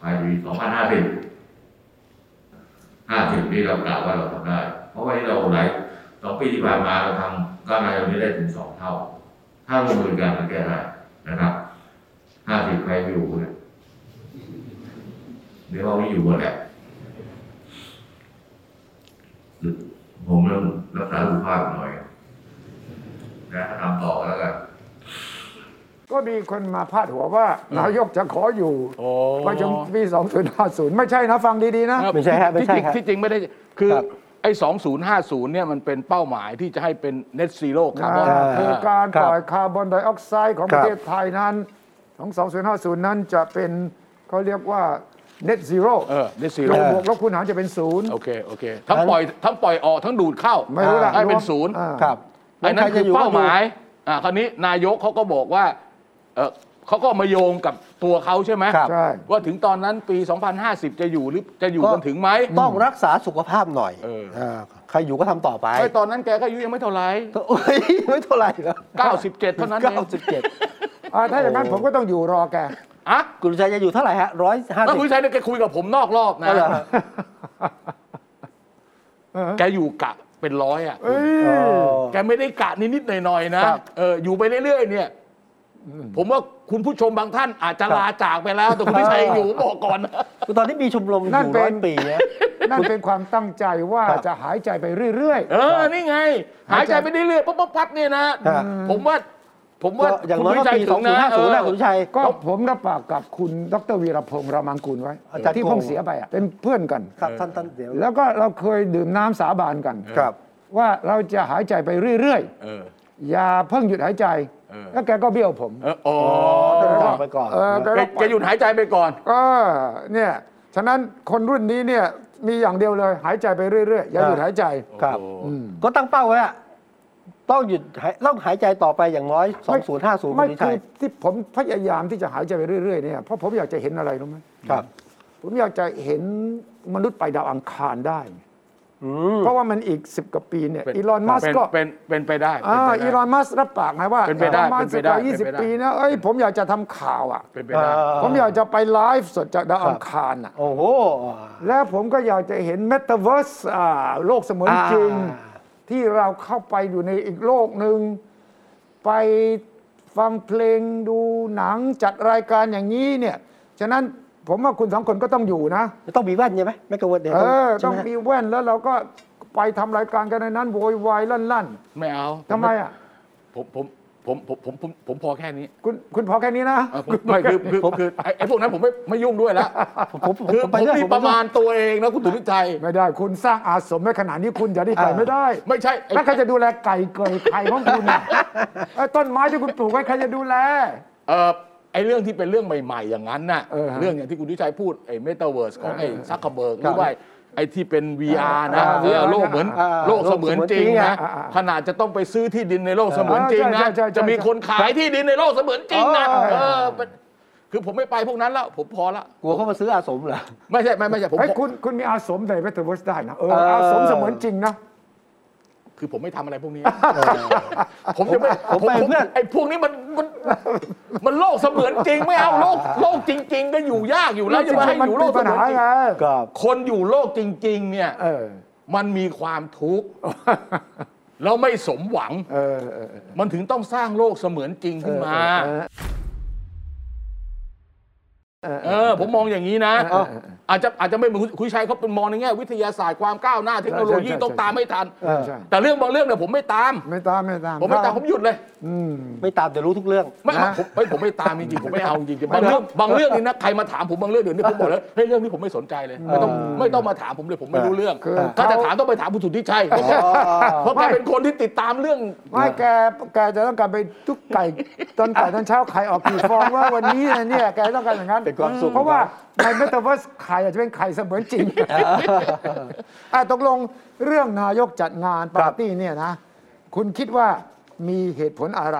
ภายในปี2050 ห้าสิบนี่เรากล่าวว่าเราทำได้ เพราะวันนี้เราหลายสองปีที่ผ่านมาเราทำก้าวหน้าตรงนี้ได้ถึงสองเท่า ถ้าลงมือกันมันแก้ได้นะครับห้าสิบใครไม่อยู่เนี่ยเดี๋ยวเราไม่อยู่หมดแหละผมเริ่มรักษาสุขภาพหน่อยนะทำต่อแล้วกัน
ก็มีคนมาพาดหัวว่านายกจะขออยู่
โอ้
ไประชุมปี2050 ไม่ใช่นะ ฟังดีๆนะ
ไม่ใช่ฮะไม่ใช่ฮะ
ที่จริงที่จริงไม่ได้คือ
ครับ
ไอ้2050เนี่ยมันเป็นเป้าหมายที่จะให้เป็น net zero คาร์บอน
อ่าคือการ
ครับ
ปล่อยคาร์บอนไดออกไซด์ของ
ค
ป
รับ
ระเทศไทยนั้นของ2050 นั้นจะเป็นเขาเรียกว่า net zero
เออ net zero
ลงบวกลบคูณหารจะเป็นศูนย์
โอเค โอเค ทั้งปล่อย ทั้งปล่อยออก ทั้งดูดเข้า
ไม่รู้ละ
ให้เป็
ร
น
วม
ศูนย์
อ่า
ครับ
อันนั้นคือเป้าหมาย ย อ่า คราวนี้นายกเขาก็บอกว่า เออเขาก็มาโยงกับตัวเขาใช่ไหม
ครับ
ใช่
ว่าถึงตอนนั้นปี 2050 จะอยู่หรือจะอยู่กันถึงไหม
ต้องรักษาสุขภาพหน่อย
เออ
าใครอยู่ก็ทำต่อไป
ไอ้ตอนนั้นแกก็อายุยังไม่เท่าไหร่
ก็โอ้ยไม่เท่าไหร่แล้ว
97 เท่านั้นเอง
เก้าสิบเจ็ด
อ่าถ้าอย่างนั้นผมก็ต้องอยู่รอแก
อะ
คุณลุงชัยจะอยู่เท่าไหร่ฮะร้อยห้า
ถ้า
สิบ
คุณชัยเนี่ยแกคุยกับผมนอกรอบนะ
เหรอฮะ
แกอยู่กะเป็นร้อยอ่ะ
เอ้ย
อ๋อ
แกไม่ได้กะนิดๆหน่อยๆนะครับเอออยู่ไปเรื่อยๆเนี่ย ผมว่าคุณผู้ชมบางท่านอาจจะ
ครับ
ลาจากไปแล้ว แต่คุณพิชัยยังอยู่ผมบอกก่อนนะ
คือตอนนี้มีชมรมอ
นั่น
ยู่
เป็น
ร้อยปีนะ
นั่นเป็นความตั้งใจว่า
ครับ
จะหายใจไปเรื่อย
เออ นี่ไง หายใจไปเรื่อยๆปั๊บปั๊บปั๊บเนี่ยนะ
ฮะ
ผมว่า ผม
ก็
ว่า
อย่างน้อยก็ปี
คุณ
สองศูนย์
วิชั
ห้าย
ถึ
ศูน
ง
ย์
นะ
นะคุณลุงชัย
ก็ผมรับปากกับคุณดรวีรพงศ์รามังกูลไว้
อาจารย์
ที่
โก
เพิ่งเสียไปอ่ะเป็นเพื่อนกัน
ครับท่านท่านเดี๋ยว
แล้วก็เราเคยดื่มน้ำสาบานกัน
ครับ
ว่าเราจะหายใจไปเรื่อย
เออ
ๆ อย่าเพิ่งหยุดหายใจ
เออ
แล้วแกก็เบี้ยวผม
เอออ๋อ
เออจากไปก่อน
เออแก
แก
ก็
แกหยุดหายใจไปก่อน
ก็เนี่ย ฉะนั้นคนรุ่นนี้เนี่ยมีอย่างเดียวเลยหายใจไปเรื่อยๆ อย่าหยุดหายใจ
ครับ
อืม
ก็ตั้งเป้าไว้อะต้องหยุดหายต้องหายใจต่อไปอย่างน้อย 2050
ไม่
คุณ
ไม่
ลุง
คื
ชั
อย ที่ผมพยายามที่จะหายใจไปเรื่อยๆเนี่ยเพราะผมอยากจะเห็นอะไรรู้ไหม
ครับ
ผมอยากจะเห็นมนุษย์ไปดาวอังคารได้
อืม
เพราะว่ามันอีก 10กว่าปีเนี่ย
เป็น
อีลอนมัส
เป็น
ก็
เป็นเป็นไปได้
อ่า
เป็นไปได้
อีลอนมัสรับปากไหมว่า
เป็นไปได้
ประมาณ
เป็น
สิ
ไป
บ
ได้
กว่ายี่สิบ
เป็นไปได้
ปีนะเอ้ยผมอยากจะทำข่าวอ่ะ
เป็นไปได้
เออ
ผมอยากจะไปไลฟ์สดจากดาวอังคารอ่ะ
โอ้โห
แล้วผมก็อยากจะเห็นเมตาเวิร์สอ่าโลกเสมือนจริง
อ่า
ที่เราเข้าไปอยู่ในอีกโลกหนึ่งไปฟังเพลงดูหนังจัดรายการอย่างนี้เนี่ยฉะนั้นผมว่าคุณสองคนก็ต้องอยู่นะ
จะต้องมีแว่นใช่ไหมไม่กังวลเดี๋ยว
เออ
ใช่
ต้อง
ไหฮะ
มีแว่นแล้วเราก็ไปทำรายการกันในนั้นโวยวายลั่นลั่น
ไม่เอา
ๆทำไมอ่ะ
ผมผมผมผมผมผมผมพอแค่นี้
คุณคุณพอแค่นี้นะ
เออผมไม่คือคือคือไอ้ไอ้พวกนั้นผมไม่ไม่ยุ่งด้วยแล้ว
ผมผมผม
คือ
ผม
ผ
ไป
ม
ด้วย
มี
ผม
ป
ไประ ด้วย
มาณตัวเองนะคุณสุวิชัย
ไม่ได้คุณสร้างอาสมไว้ขนาดนี้คุณอย่าได้ใจไม่ได้
ไม่ใช่ไอ้
แล้วใครจะดูแลไก่เกยไข่ของคุณน่ะเอ้ยต้นไม้ที่คุณปลูกไว้ใครจะดูแล
เออไอ้เรื่องที่เป็นเรื่องใหม่ ๆ อย่างนั้นน่ะ
เออฮะ
เรื่องอย่างที่คุณทิชัยพูดไอ้เมตาเวิร์สของไอ้ซักเคอร์เบิร์กห
ครั
รื
บ
อว่าไอ้ที่เป็น VR นะ
อ่า
หรือโลกเหมือน
อ่า
โลกเสมือนจริงนะ
อ่าอ่า
ขนาดจะต้องไปซื้อที่ดินในโลกเสมือนจริง
ใช่
นะ
ใช่ใช่
จะมีคนขายที่ดินในโลกเสมือนจริงนะ
เออ
เออเป็นคือผมไม่ไปพวกนั้นแล้วผมพอละ
กลัวเขามาซื้ออาสมเหรอ
ไม่ใช่ไม่ไม่ใช่ผม
เฮ้ย
ผม
คุณคุณมีอาสมในเวทเวิร์สได้นะเออ
เออ
อาสมเสมือนจริงนะ
คือผมไม่ทำอะไรพวกนี้ ผมจะไม่
ผมไปเพื่อน
ไอ้พวกนี้มันมันมันโลกเสมือนจริงไม่เอาโลกโลกจริง ๆ ก็อยู่ยากอยู่แล้วจะมาให้
มั
อยู่โลก
มี
เส
ปัญ
มือน
หา
จริง
ไง
ครับ
คนอยู่โลกจริง ๆ เนี่ย
เออ
มันมีความทุกข์ แล้วไม่สมหวัง
เออเออ
มันถึงต้องสร้างโลกเสมือนจริงขึ้นมา เออ ผมมองอย่างนี้นะ อาจจะอาจจะไม่เหมือนคุณคุยชัยเขาเป็นมองในแง่วิทยาศาสตร์ความก้าวหน้าเทคโนโลยี
ใช่ใช่
ต้องตามให้ทัน
เออใช่
แต่เรื่องบางเรื่องเนี่ยผมไม่ตาม
ไม่ตามไม่ตาม
ผมไม่ตามผมหยุดเลย
อืม
ไม่ตามแต่รู้ทุกเรื่อง
ไม่
นะ
ผมไม่ผมไม่ตามจริงๆผมไม่เอาจริงๆบางเรื่องบางเรื่องนี่นะใครมาถามผมบางเรื่องเดี๋ยวนี้ผมบอกแล้วเฮ้ยเรื่องนี้ผมไม่สนใจเลยไม่ต้องไม่ต้องมาถามผมเลยผมไม่รู้เรื่อง
คือ
ถ้าจะถามต้องไปถามคุณสุทธิชัยเพราะแกเพราะแกเป็นคนที่ติดตามเรื่อง
ไม่แกแกจะต้องการไปทุกไก่ ตอนไก่ตอนเช้าไข่ออกกี่ฟองว่าวันนี้เนี่ยแกต้องการอย่างนั้น
เป็นความสุข
เพราะว่าในเมตาเวิร์สไข่อาจจะเป็นไข่เสมือน จริงอ่ะตกลงเรื่องนายกจัดงานปาร์ตี้เนี่ยนะ คุณคิดว่ามีเหตุผลอะไร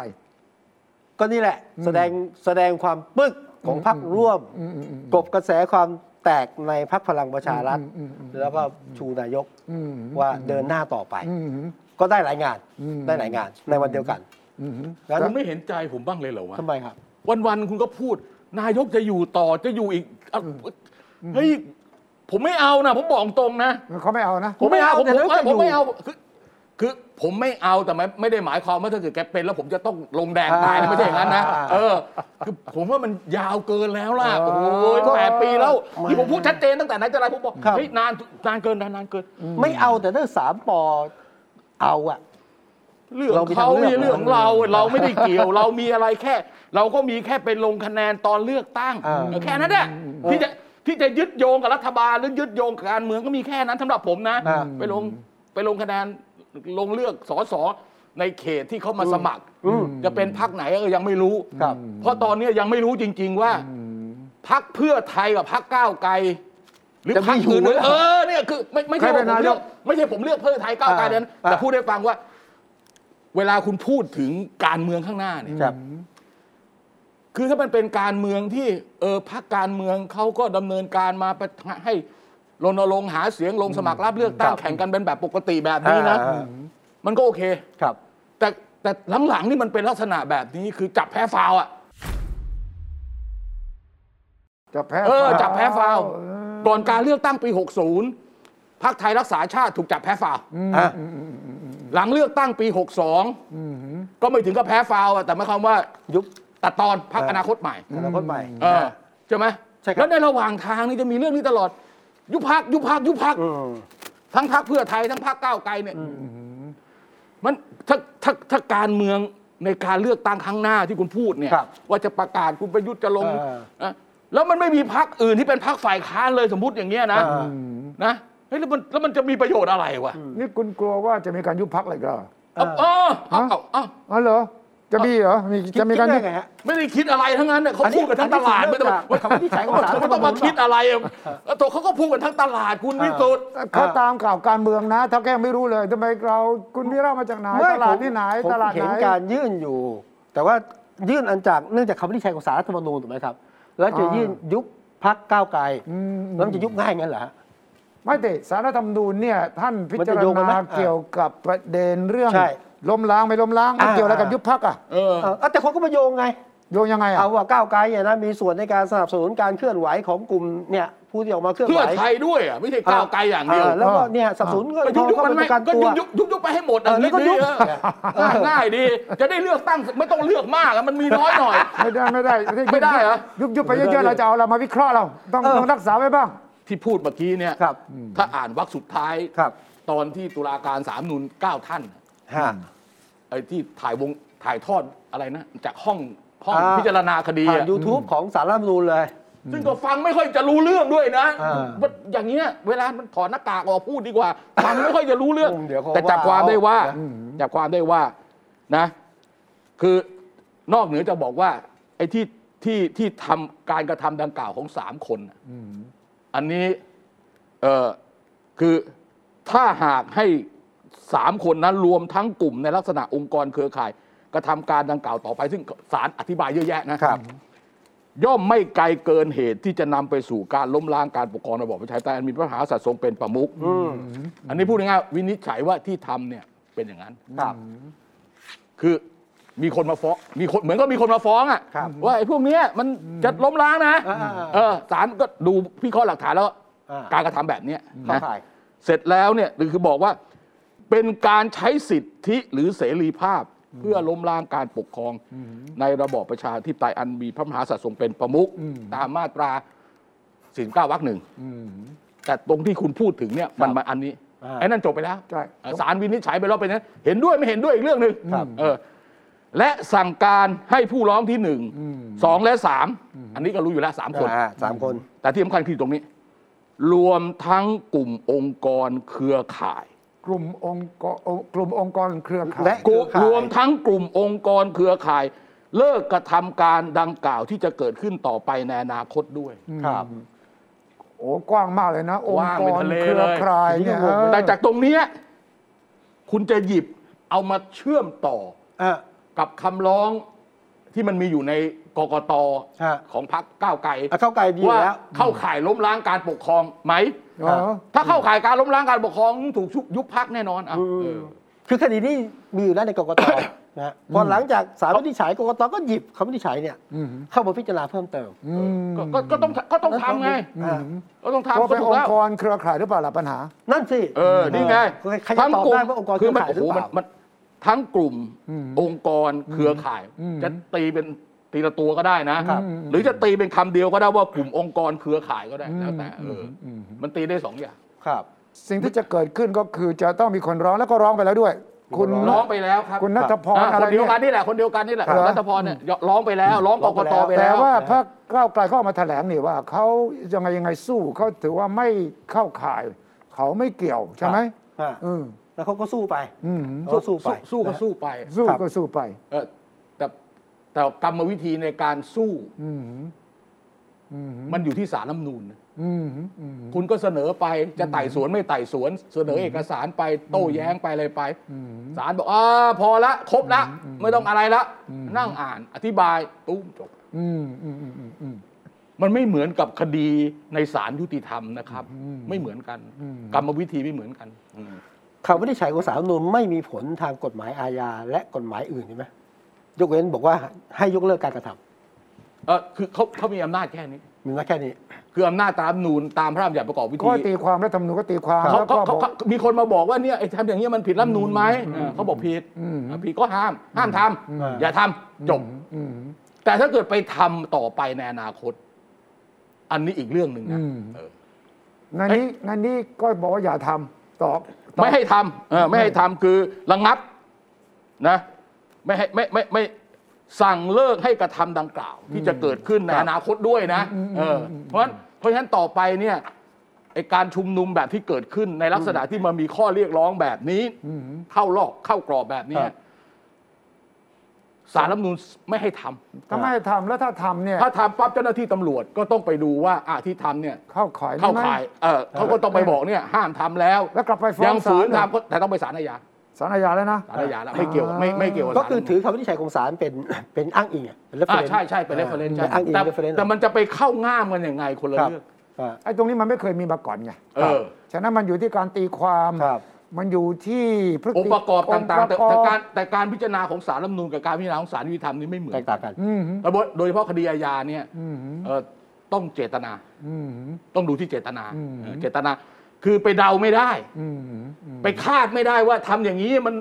ก็นี่แหละ แสดงแสดงความปึกของพรรคร่วม กบกระแสความแตกในพรรคพลังประชารัฐ แล้วก็ชูนายก
อืม
ว่าเดินหน้าต่อไป
อืม
ก็ได้หลายงานได้หลายงานในวันเดียวกัน
อืม
แล้ว
คุณไม่เห็นใจผมบ้างเลยเหรอวะ
ทำไมครับ
วันวันๆคุณก็พูด นายกจะอยู่ต่อจะอยู่อีกอ่ะเฮ้ยผมไม่เอานะผมบอกตรงนะ
เขาไม่เอานะ
ผมไม่เอาผม
แต่
ผม
แล้วจะอยู่
ผมไม่เอาคือคือผมไม่เอาแต่ไม่ไม่ได้หมายความว่าถ้าเกิดแกเป็นแล้วผมจะต้องลงแดงตายนะไม่ใช่อย่างนั้นนะเออคือผมว่ามันยาวเกินแล้วล่ะโอ้ยแปดปีแล้วที่ผมพูดชัดเจนตั้งแต่ไหนแต่ไรผมบอกเฮ้ยนานนานเกินนานนานเกิน
ไม่เอาแต่ถ้าสามปอเอาอะ
เรื่องของเขา
เรามีทางเลือก
เรื่องของเราเราไม่ได้เกี่ยว เรามีอะไรแค่ เราก็มีแค่ไปลงคะแนนตอนเลือกตั้งแค่นั้นแหละที่จะที่จะยึดโยงกับรัฐบาลหรือยึดโยงกับการเมืองก็มีแค่นั้นสำหรับผมนะ ไปลงไปลงคะแนนลงเลือกสสในเขตที่เขามาสมัคร จะเป็นพักไหนเออยังไม่รู้
ครับ
เพราะตอนนี้ยังไม่รู้จริง ๆ ว่าพักเพื่อไทยกับพักก้าวไกล หรือ
จะมี
พักอื่น
อยู่หรือ
เออเนี่ยคือไม่ไม่ใช่
ใครเป็
ว่านผมเลื
นาย
อก กไม่ใช่ผมเลือกเพื่อไทยก้าวไกล
อ่า
นั้นแต่
อ่า
พูดให้ฟังว่า เวลาคุณพูดถึงการเมืองข้างหน้าเนี่ย
ครับ
คือถ้ามันเป็นการเมืองที่เออพักการเมืองเขาก็ดำเนินการมาประทะให้รณรงค์หาเสียงลงสมัครรับเลือกตั้งแข่งกันเป็นแบบปกติแบบนี้นะ
อ่า
มันก็โอเค
ครับ
แต่แต่หลังๆนี่มันเป็นลักษณะแบบนี้คือจับแพ้ฟาวอะ
จะแพ้
เออ
ฟาวล์
จับแพ้ฟาวล์
เออ
ก่อนการเลือกตั้งปี 60พรรคไทยรักษาชาติถูกจับแพ้ฟาวล์
อ่ะ
หลังเลือกตั้งปี 62ก็ไม่ถึงกับแพ้ฟาวล์อะแต่หมายความว่า
ยุบ
ตัดตอนพรรคอนาคตใหม่
อนาคตใหม่
เออ
นะ
ใช่ไหม
ใช่ครับ
แล้วในระหว่างทางนี่จะมีเรื่องนี้ตลอด ยุบพักยุบพักยุบพัก
อืม
ทั้งพักเพื่อไทยทั้งพักก้าวไกลเนี่ยมันถ้าถ้าถ้าการเมืองในการเลือกตั้งครั้งหน้าที่คุณพูดเนี่ย
ครับ
ว่าจะประกาศคุณประยุทธ์จะลง
เออ
นะแล้วมันไม่มีพักอื่นที่เป็นพักฝ่ายค้านเลยสมมติอย่างเงี้ยนะ
เออ
นะเฮ้ยแล้วมันแล้วมันจะมีประโยชน์อะไรวะ
นี่คุณกลัวว่าจะมีการยุบพักอะไรก็เหรอ
เอาเอาเอาเอาเอา
อ๋อเหรอ จะมีเหรอมี
คิด
จะมีการ
คิ
ยุ
ด
บ
ได้ไงฮะ
ไม่ได้คิดอะไรทั้งนั้นเนี่ยเขาพูดกันทั้งตลาด
อันนี้
ไม่ต้อง
คือเรื่องจากคำวินิจฉัยของศาล
ไม่ต้องมาคิดอะไรอะแล้วตัวเขาก็พูดกันทั้งตลาดคุณวิสุทธิ์
เขา
อ่า
ตามข่าวการเมืองนะถ้าแกยังไม่รู้เลยทำไมเราคุณวิรามาจากไหนตลาดที่ไหน
ผม
ตลาด
เห็
ไหน
นการยื่นอยู่ แต่ว่ายื่นอันจากเนื่องจากคำวินิจฉัยของสารรัฐธรรมนูญถูกไหมครับ แล้วจะยื่นยุบพักก้าวไกลแล้วมันจะยุบง่ายงั้นเหรอฮะ
ไม่ติสารรัฐธรรมนูญเนี่ยท่านพิจาร
มันจะโยงกันไหม
ณาเกี่ยวกับประเด็นเรื่อง
ใช่
ล้มล้างไม่ล้มล้างมัน
อ่า
เกี่ยวอะไรกับยุบพักอ่ะ
เออ
เออเอาแต่คนก็มาโยงไง
โยงยังไงอ่ะ
เอาว่าก้าวไกลเนี่ยนะมีส่วนในการสนับสนุนการเคลื่อนไหวของกลุ่มเนี่ยผู้ที่ออกมาเคลื่อน
เพื่
ไห
อ
ว
ไทยด้วยอ่ะไม่ใช่ก้าวไกลอย่างเดียว
แล้วก็เนี่ยสนับสนุนเงิน
ก็
ท
ยุ
อบ ง
ยุบ
เข้า
มั
มานป
ไม่
ระกัน
ก็
ตัว
ยุบยุบยุบยุบไปให้หมด
เออแล้วก็ยุบ
เออง่ายง่ายดี จะได้เลือกตั้งไม่ต้องเลือกมากอะมันมีน้อยหน่อย
ไม่ได้ไม่ ได้
ไม่ได้เหรอ
ยุบยุบไปเยอะๆเราจะเอาเรามาวิเคราะห์เราต้อง
เออ
ต้องรักษาไว้บ้าง
ที่พูดเมื่อกี้เนี่ย
ครับ
ถ้าอ่านวรรคสุดท้าย
ครับ
ตอนที่ตุลาการสามนุนเก้าท่าน
ฮะ
ไอ้ที่ถ่ายวงถ่ายทอดอะไรนะ จากห้องห้อง
อ่า
พิจารณาคดี
ผ่าน
อะ
ยูทูบของสารรัฐธรรมนูญเลย
ซึ่งก็ฟังไม่ค่อยจะรู้เรื่องด้วยนะ
อ่า
มันอย่างเงี้ยเวลามันถอดหน้ากากออกพูดดี กว่าฟังไม่ค่อยจะรู้เรื่อง
เดี๋ยวเขา
แต่จับความได้ว่า
ว่าเอา
จับความได้ว่านะ คือนอกเหนือจะบอกว่า ไอ้ที่ที่ที่ทำการกระทำดังกล่าวของสามคนน่ะอันนี้เออคือถ้าหากให้สามคนนั้นรวมทั้งกลุ่มในลักษณะองค์กรเครือข่าย กระทำการดังกล่าวต่อไป ซึ่งสารอธิบายเยอะแยะนะ
ครับ
ย่อมไม่ไกลเกินเหตุที่จะนำไปสู่การล้มล้างการปกครองระบอบประชาธิปไตยอันมีพระมหากษัตริย์ทรงเป็นประมุขอันนี้พูดง่ายๆวินิจฉัยว่าที่ทำเนี่ยเป็นอย่างนั้น
ครับ
คือมีคนมาฟ้องมีคนเหมือนก็มีคนมาฟ้องอ่ะ
ครับ
ว่าไอ้พวกเนี้ยมันจะล้มล้างนะ
อ่าๆๆ
เออศาลก็ดูพี่ข้อหลักฐานแล้ว
อ่า
การกระทำแบบเนี้ย
เข้า
นะ
ข่าย
เสร็จแล้วเนี่ยหรือคือบอกว่าเป็นการใช้สิทธิหรือเสรีภาพเพื่อล้มล้างการปกครองในระบอบประชาธิปไตยอันมีพระมหากษัตริย์ทรงเป็นประมุขตามมาตรา49วรรคหนึ่งแต่ตรงที่คุณพูดถึงเนี่ยมันมาอันนี้
อ่า
ไอ้นั่นจบไปแล้ว
ใช่
เอ่อศาลวินิจฉัยไปแล้วเป็นนั้นเห็นด้วยไม่เห็นด้วยอีกเรื่องหนึ่ง
ครับ
เออและสั่งการให้ผู้ร้องที่หนึ่งสองและสามอันนี้ก็รู้อยู่แล้วสามคน
อ่าสามคน
แต่ที่สำคัญคือตรงนี้ รวมทั้งกลุ่มองค์กรเครือข่าย
กลุ่มองค์กรกลุ่มองค์กรเครือข่าย
และ เครือข่าย
รวมทั้งกลุ่มองค์กรเครือข่าย เลิกกระทำการดังกล่าวที่จะเกิดขึ้นต่อไปในอนาคตด้วย
ครับ
โอ้กว้างมากเลยนะ องค์ก
กว้างเป็น
ร
ทะเล
เครื
เล
อย ข่ายเนี่ยเออ
แต่จากตรงเนี้ยคุณจะหยิบเอามาเชื่อมต่อ
อ่ะ
กับคำร้องที่มันมีอยู่ในกกต
ฮะ
ของพรรคก้าวไกล
อ่ะเข้าไกลดีอยู่
ว่า
แล้ว
เข้าข่ายล้มล้างการปกครองไหม
อ๋อ
ถ้าเข้าข่ายการล้มล้างการปกครองถูกยุบพักแน่นอนอ่ะเออ
คือคดีนี้มีอยู่แล้วในก กต นะฮะพอหลังจากสารวินิจฉัยกกตก็หยิบคำวินิจฉัยเนี่ยเข้ามาพิจารณาเพิ่มเติม
ก็ก็ก็ต้องก็ต้องทำไง
อ่ะ
ก็ต้อง
เพราะ
ทำก็
เป็น
ถู
อก ง
แล้ว
ค์กรเครือข่ายหรือเปล่าล่ะปัญหา
นั่นสิ
เออนี่ไง
ใครจะตอบได้ว่าองค์กรเครือข่ายหรือ
โโ
เปล่า
มันทั้งกลุ่มองค์กรเครือข่าย จะตีเป็นตีละตัวก็ได้นะ
ครับ
หรือจะตีเป็นคำเดียวก็ได้ว่ากลุ่มองค์กรเครือข่ายก็ได้แล้วแต่เอออมันตีได้สองอย่าง
ครับ
สิ่งที่จะเกิดขึ้นก็คือจะต้องมีคนร้องแล้วก็ร้องไปแล้วด้วย คุณ
ร้
ร้องไปแล้วครับ
คุณนัทพร
อ่า
อะไร
คนเดียว
เนี่ย
กันนี่แหละคนเดียวกันนี่แหละ
ครับ
รัฐพรเนี่ยร้องไปแล้วร้องกกตไป
แต่
แล้ว
ว่าพรรคก้าวไกลเขาออกมาแถลงนี่ว่าเขายังไงยังไงสู้เขาถือว่าไม่เข้าข่าย เขาไม่เกี่ยวใช่ไหม
อ่ะ
อืม
แล้วเขาก็สู้ไป
อืม
เขาก็สู้ไป
สู้สู้ก็สู้ไป
สู้
ครับ
ก็สู้ไป
เออแต่แต่กรรมวิธีในการสู้
อืมอืม
มันอยู่ที่สารรัฐธรรมนูญนะ
อืมอืม
คุณก็เสนอไปจะไต่สวนไม่ไต่สวน เสนอเอกสารไปโต้แย้งไปอะไรไปศาลบอกอ่าพอละครบละไม่ต้องอะไรละ นั่งอ่านอธิบายตุ้มจบ
อืมอืมอืมอืมอืม
มันไม่เหมือนกับคดีในศาลยุติธรรมนะครับ ไม่เหมือนกัน กรรมวิธีไม่เหมือนกันอืม
คำวินิจฉัยของสารรัฐธรรมนูญไม่มีผลทางกฎหมายอาญาและกฎหมายอื่นใช่ไหมยกเว้นบอกว่าให้ยกเลิกการกระทำ
เออคือเขาเขามีอำนาจแค่นี้
มีหน้าแค่นี้
คืออำนาจตามรัฐธรรมนูนตามพระราชบัญญัติประกอบวิ
ก็
ธี
ตีความรัฐธรรมนูญก็ตีความ
เขา
แล้ว
เขา
ก็บ
เขา
อก
เขามีคนมาบอกว่าเนี่ยไอ้ทำอย่างนี้ยมันผิดรัฐธรรมนูนไหมเออเขาบอกผิดอ่ะผิดก็ห้าม ห้ามทำอย่าทำจบ
อืม
แต่ถ้าเกิดไปทำต่อไปในอนาคต อันนี้อีกเรื่องหนึ่งนะ
อืม
เออ
นั่นนี้นั่นนี้ก็บอกว่าอย่าทำตอบตอบ
ไม่ให้ทำเออไม่ให้ทำคือระงับนะ ไม่ให้ไม่ไม่ไม่สั่งเลิกให้กระทำดังกล่าว ที่จะเกิดขึ้นในอนาคตด้วยนะเออเพราะฉะนั้นเพราะฉะนั้นต่อไปเนี่ยไอการชุมนุมแบบที่เกิดขึ้นในลักษณะที่มันมีข้อเรียกร้องแบบนี้ เข้ารอบเข้ากรอบแบบเนี้ย
ครับ
สารรัฐธรรมนูลไม่ให้ทำ
ทำไมทำแล้วถ้าทำเนี่ย
ถ้าทำปั๊บเจ้าหน้าที่ตำรวจก็ต้องไปดูว่าอ่ะที่ทำเนี่ย
เข้าข่าย
เข้า
ไหม
ข่าย เออเขาก็ต้องไปบอกเนี่ย ห้ามทำแล้ว
แล้วกลับไปฟ้อ
ยัง ง
ศา
ฝื
ล
นทำก็แต่ต้องไปศาลอาญา
ศาลอาญาแล้วนะ
ศาลอาญาแล้วไม่เกี่ยวไม่ไม่เกี่ยวบ
ก็คือ
ศาล
ถือคำวินิจฉัยของศาลเป็น เป็นอ้างอิงอะเป็น
อ่า
reference
ใช่ใช่เป็นเรฟเฟรนซ์
เป็นอ้างอิง
แต่
reference
แต่มันจะไปเข้าง่ามกันยังไงคนละ
ครับ
เรื่อง
อ่า
ไอ้ตรงนี้มันไม่เคยมีมาก่อนไง
เออ
ฉะนั้นมันอยู่ที่การตีความ
ครับ
มันอยู่ที่พฤติ
องค์ประกอบต่าง
ค์
ๆ
ป
แต่
ระอบ
แต่การแต่การพิจารณาของศาลรัฐธรรมนูญกับการพิจารณาของศาลยุติธรรมนี่ไม่เหมือน
แตกต่างกัน
อืมหืม
แล้วโดยเฉพาะคดีอาญาเนี่ย
อืมหืม
เออต้องเจตนา
อืมหืม
ต้องดูที่เจตนา
อืม
เออเจตนา คือไปเดาไม่ได้
อืมหืมอืม
ไปคาดไม่ได้ว่าทำอย่างนี้มัน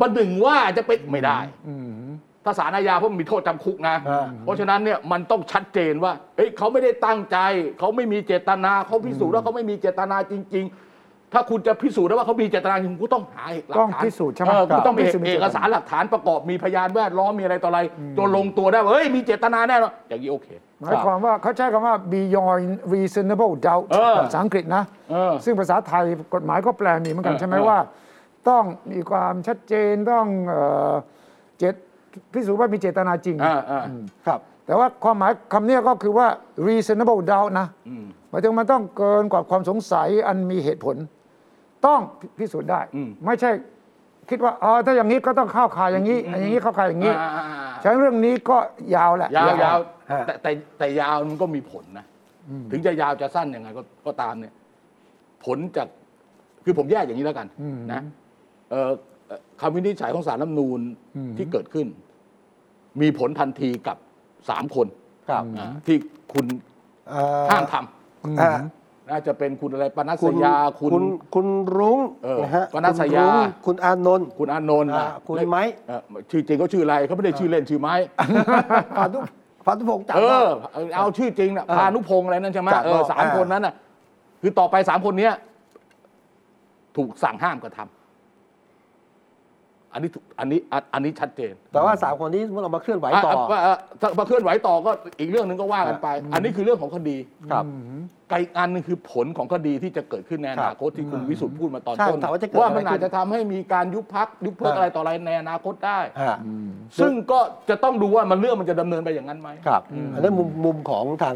ประดึงว่าจะเป็นไม่ได้
อืมหืม
ถ้าสารอาญาเพราะมันมีโทษจำคุกนะ
อ่า
เพราะฉะนั้นเนี่ยมันต้องชัดเจนว่าเอ้ยเขาไม่ได้ตั้งใจ เขาไม่มีเจตนาเขาพิสูจน์ว่าเขาไม่มีเจตนาจริง ๆ ถ้าคุณจะพิสูจน์ได้ว่าเขามีเจตนาจริงคุณต้องหาหลัก
ต้อง
ฐาน
พิสูจน์ใช่ไหม
เออคุณต้องมี
พิสูจน์
เอกสารหลักฐานประกอบมีพยานแวดล้อมมีอะไรต่ออะไรจนลงตัวได้ว่าเฮ้ยมีเจตนาแน่นอนอย่างนี้โอเค
หมายความว่าเขาใช้คำว่า beyond reasonable doubt
เออ
ภาษาอังกฤษนะ
เออ
ซึ่งภาษาไทยกฎหมายก็แปลมีเหมือนกัน
เออ
ใช่ไหม
เออ
ว่า ต้องมีความชัดเจนต้องเอ่อเจตพิสูจน์ว่ามีเจตนาจริง
อ่าอ่า
ครับ
แต่ว่าความหมายคำเนี้ยก็คือว่า reasonable doubt นะหมายถึงมันต้องเกินกว่าความสงสัยอันมีเหตุผล ต้องพิสูจน์ได้ ไม่ใช่คิดว่าอ๋อถ้าอย่างนี้ก็ต้องเข้าข่ายอย่างนี้ อย่างนี้เข้าข่ายอย่างนี้
อ่าอ่าอ่า
ฉะนั้นเรื่องนี้ก็ยาวแหละ
ยาวยาว
ฮะ
แต่แต่แต่ยาวมันก็มีผลนะ ถึงจะยาวจะสั้นยังไงก็ก็ตามเนี่ย ผลจากคือผมแยกอย่างนี้แล้วกันนะเอ่อเอ่อคำวินิจฉัยของสารรัฐธรรมนูญที่เกิดขึ้น มีผลทันทีกับสามคน
ครับ
อ่าที่คุณ
เอ่อ
ห้ามท
อ่า
ำน่าจะเป็นคุณอะไรปนัสยาคุณ
คุณคุณรุ้ง
เออ
นะฮะ
วนัส
คุณ
ยา
รุ้งคุณอานนท์
คุณอานนท์
อ่า
อ่ะ
คุณ
และ
ไม้
เอ่อชื่อจริงเขาชื่ออะไรเขาไม่ได้ชื่อเล่นชื่อไม้
พานุพานุพงศ์จับ
เอ
ได้
อ เอาชื่อจริงนะ
เออ
พานุพงศ์อะไรนั่นใช่ไหม
จับ
เอ
ร
อ
อบ
สาม
อ่า
คนนั้นน่ะ คือต่อไปสามคนเนี้ยถูกสั่งห้ามกระทำอันนี้ถูกอันนี้อันอันนี้ชัดเจน
แต่ว่าสามคนนี้มันเอามาเคลื่อนไหวต่อ
ะะว่าเอ่อถ้ามาเคลื่อนไหวต่อก็อีกเรื่องหนึ่งก็ว่ากันไป อันนี้คือเรื่องของคดี
ครับ
ไกอีกอันหนึงคือผลของคดีที่จะเกิดขึ้นในอนาคตที่คุณวิสุทธ์พูดมาตอน
ใช่
ต้น
ถามว่าจะเกิด
ว่า
อะไร
มันอาจจะทำให้มีการยุบพักยุบเพิก
อ่า
อะไรต่ออะไรในอนาคตได้
ฮะ
ซึ่งก็จะต้องดูว่ามันเรื่องมันจะดำเนินไปอย่างนั้นไหม
ครับอันนั้นมุมมุมของทาง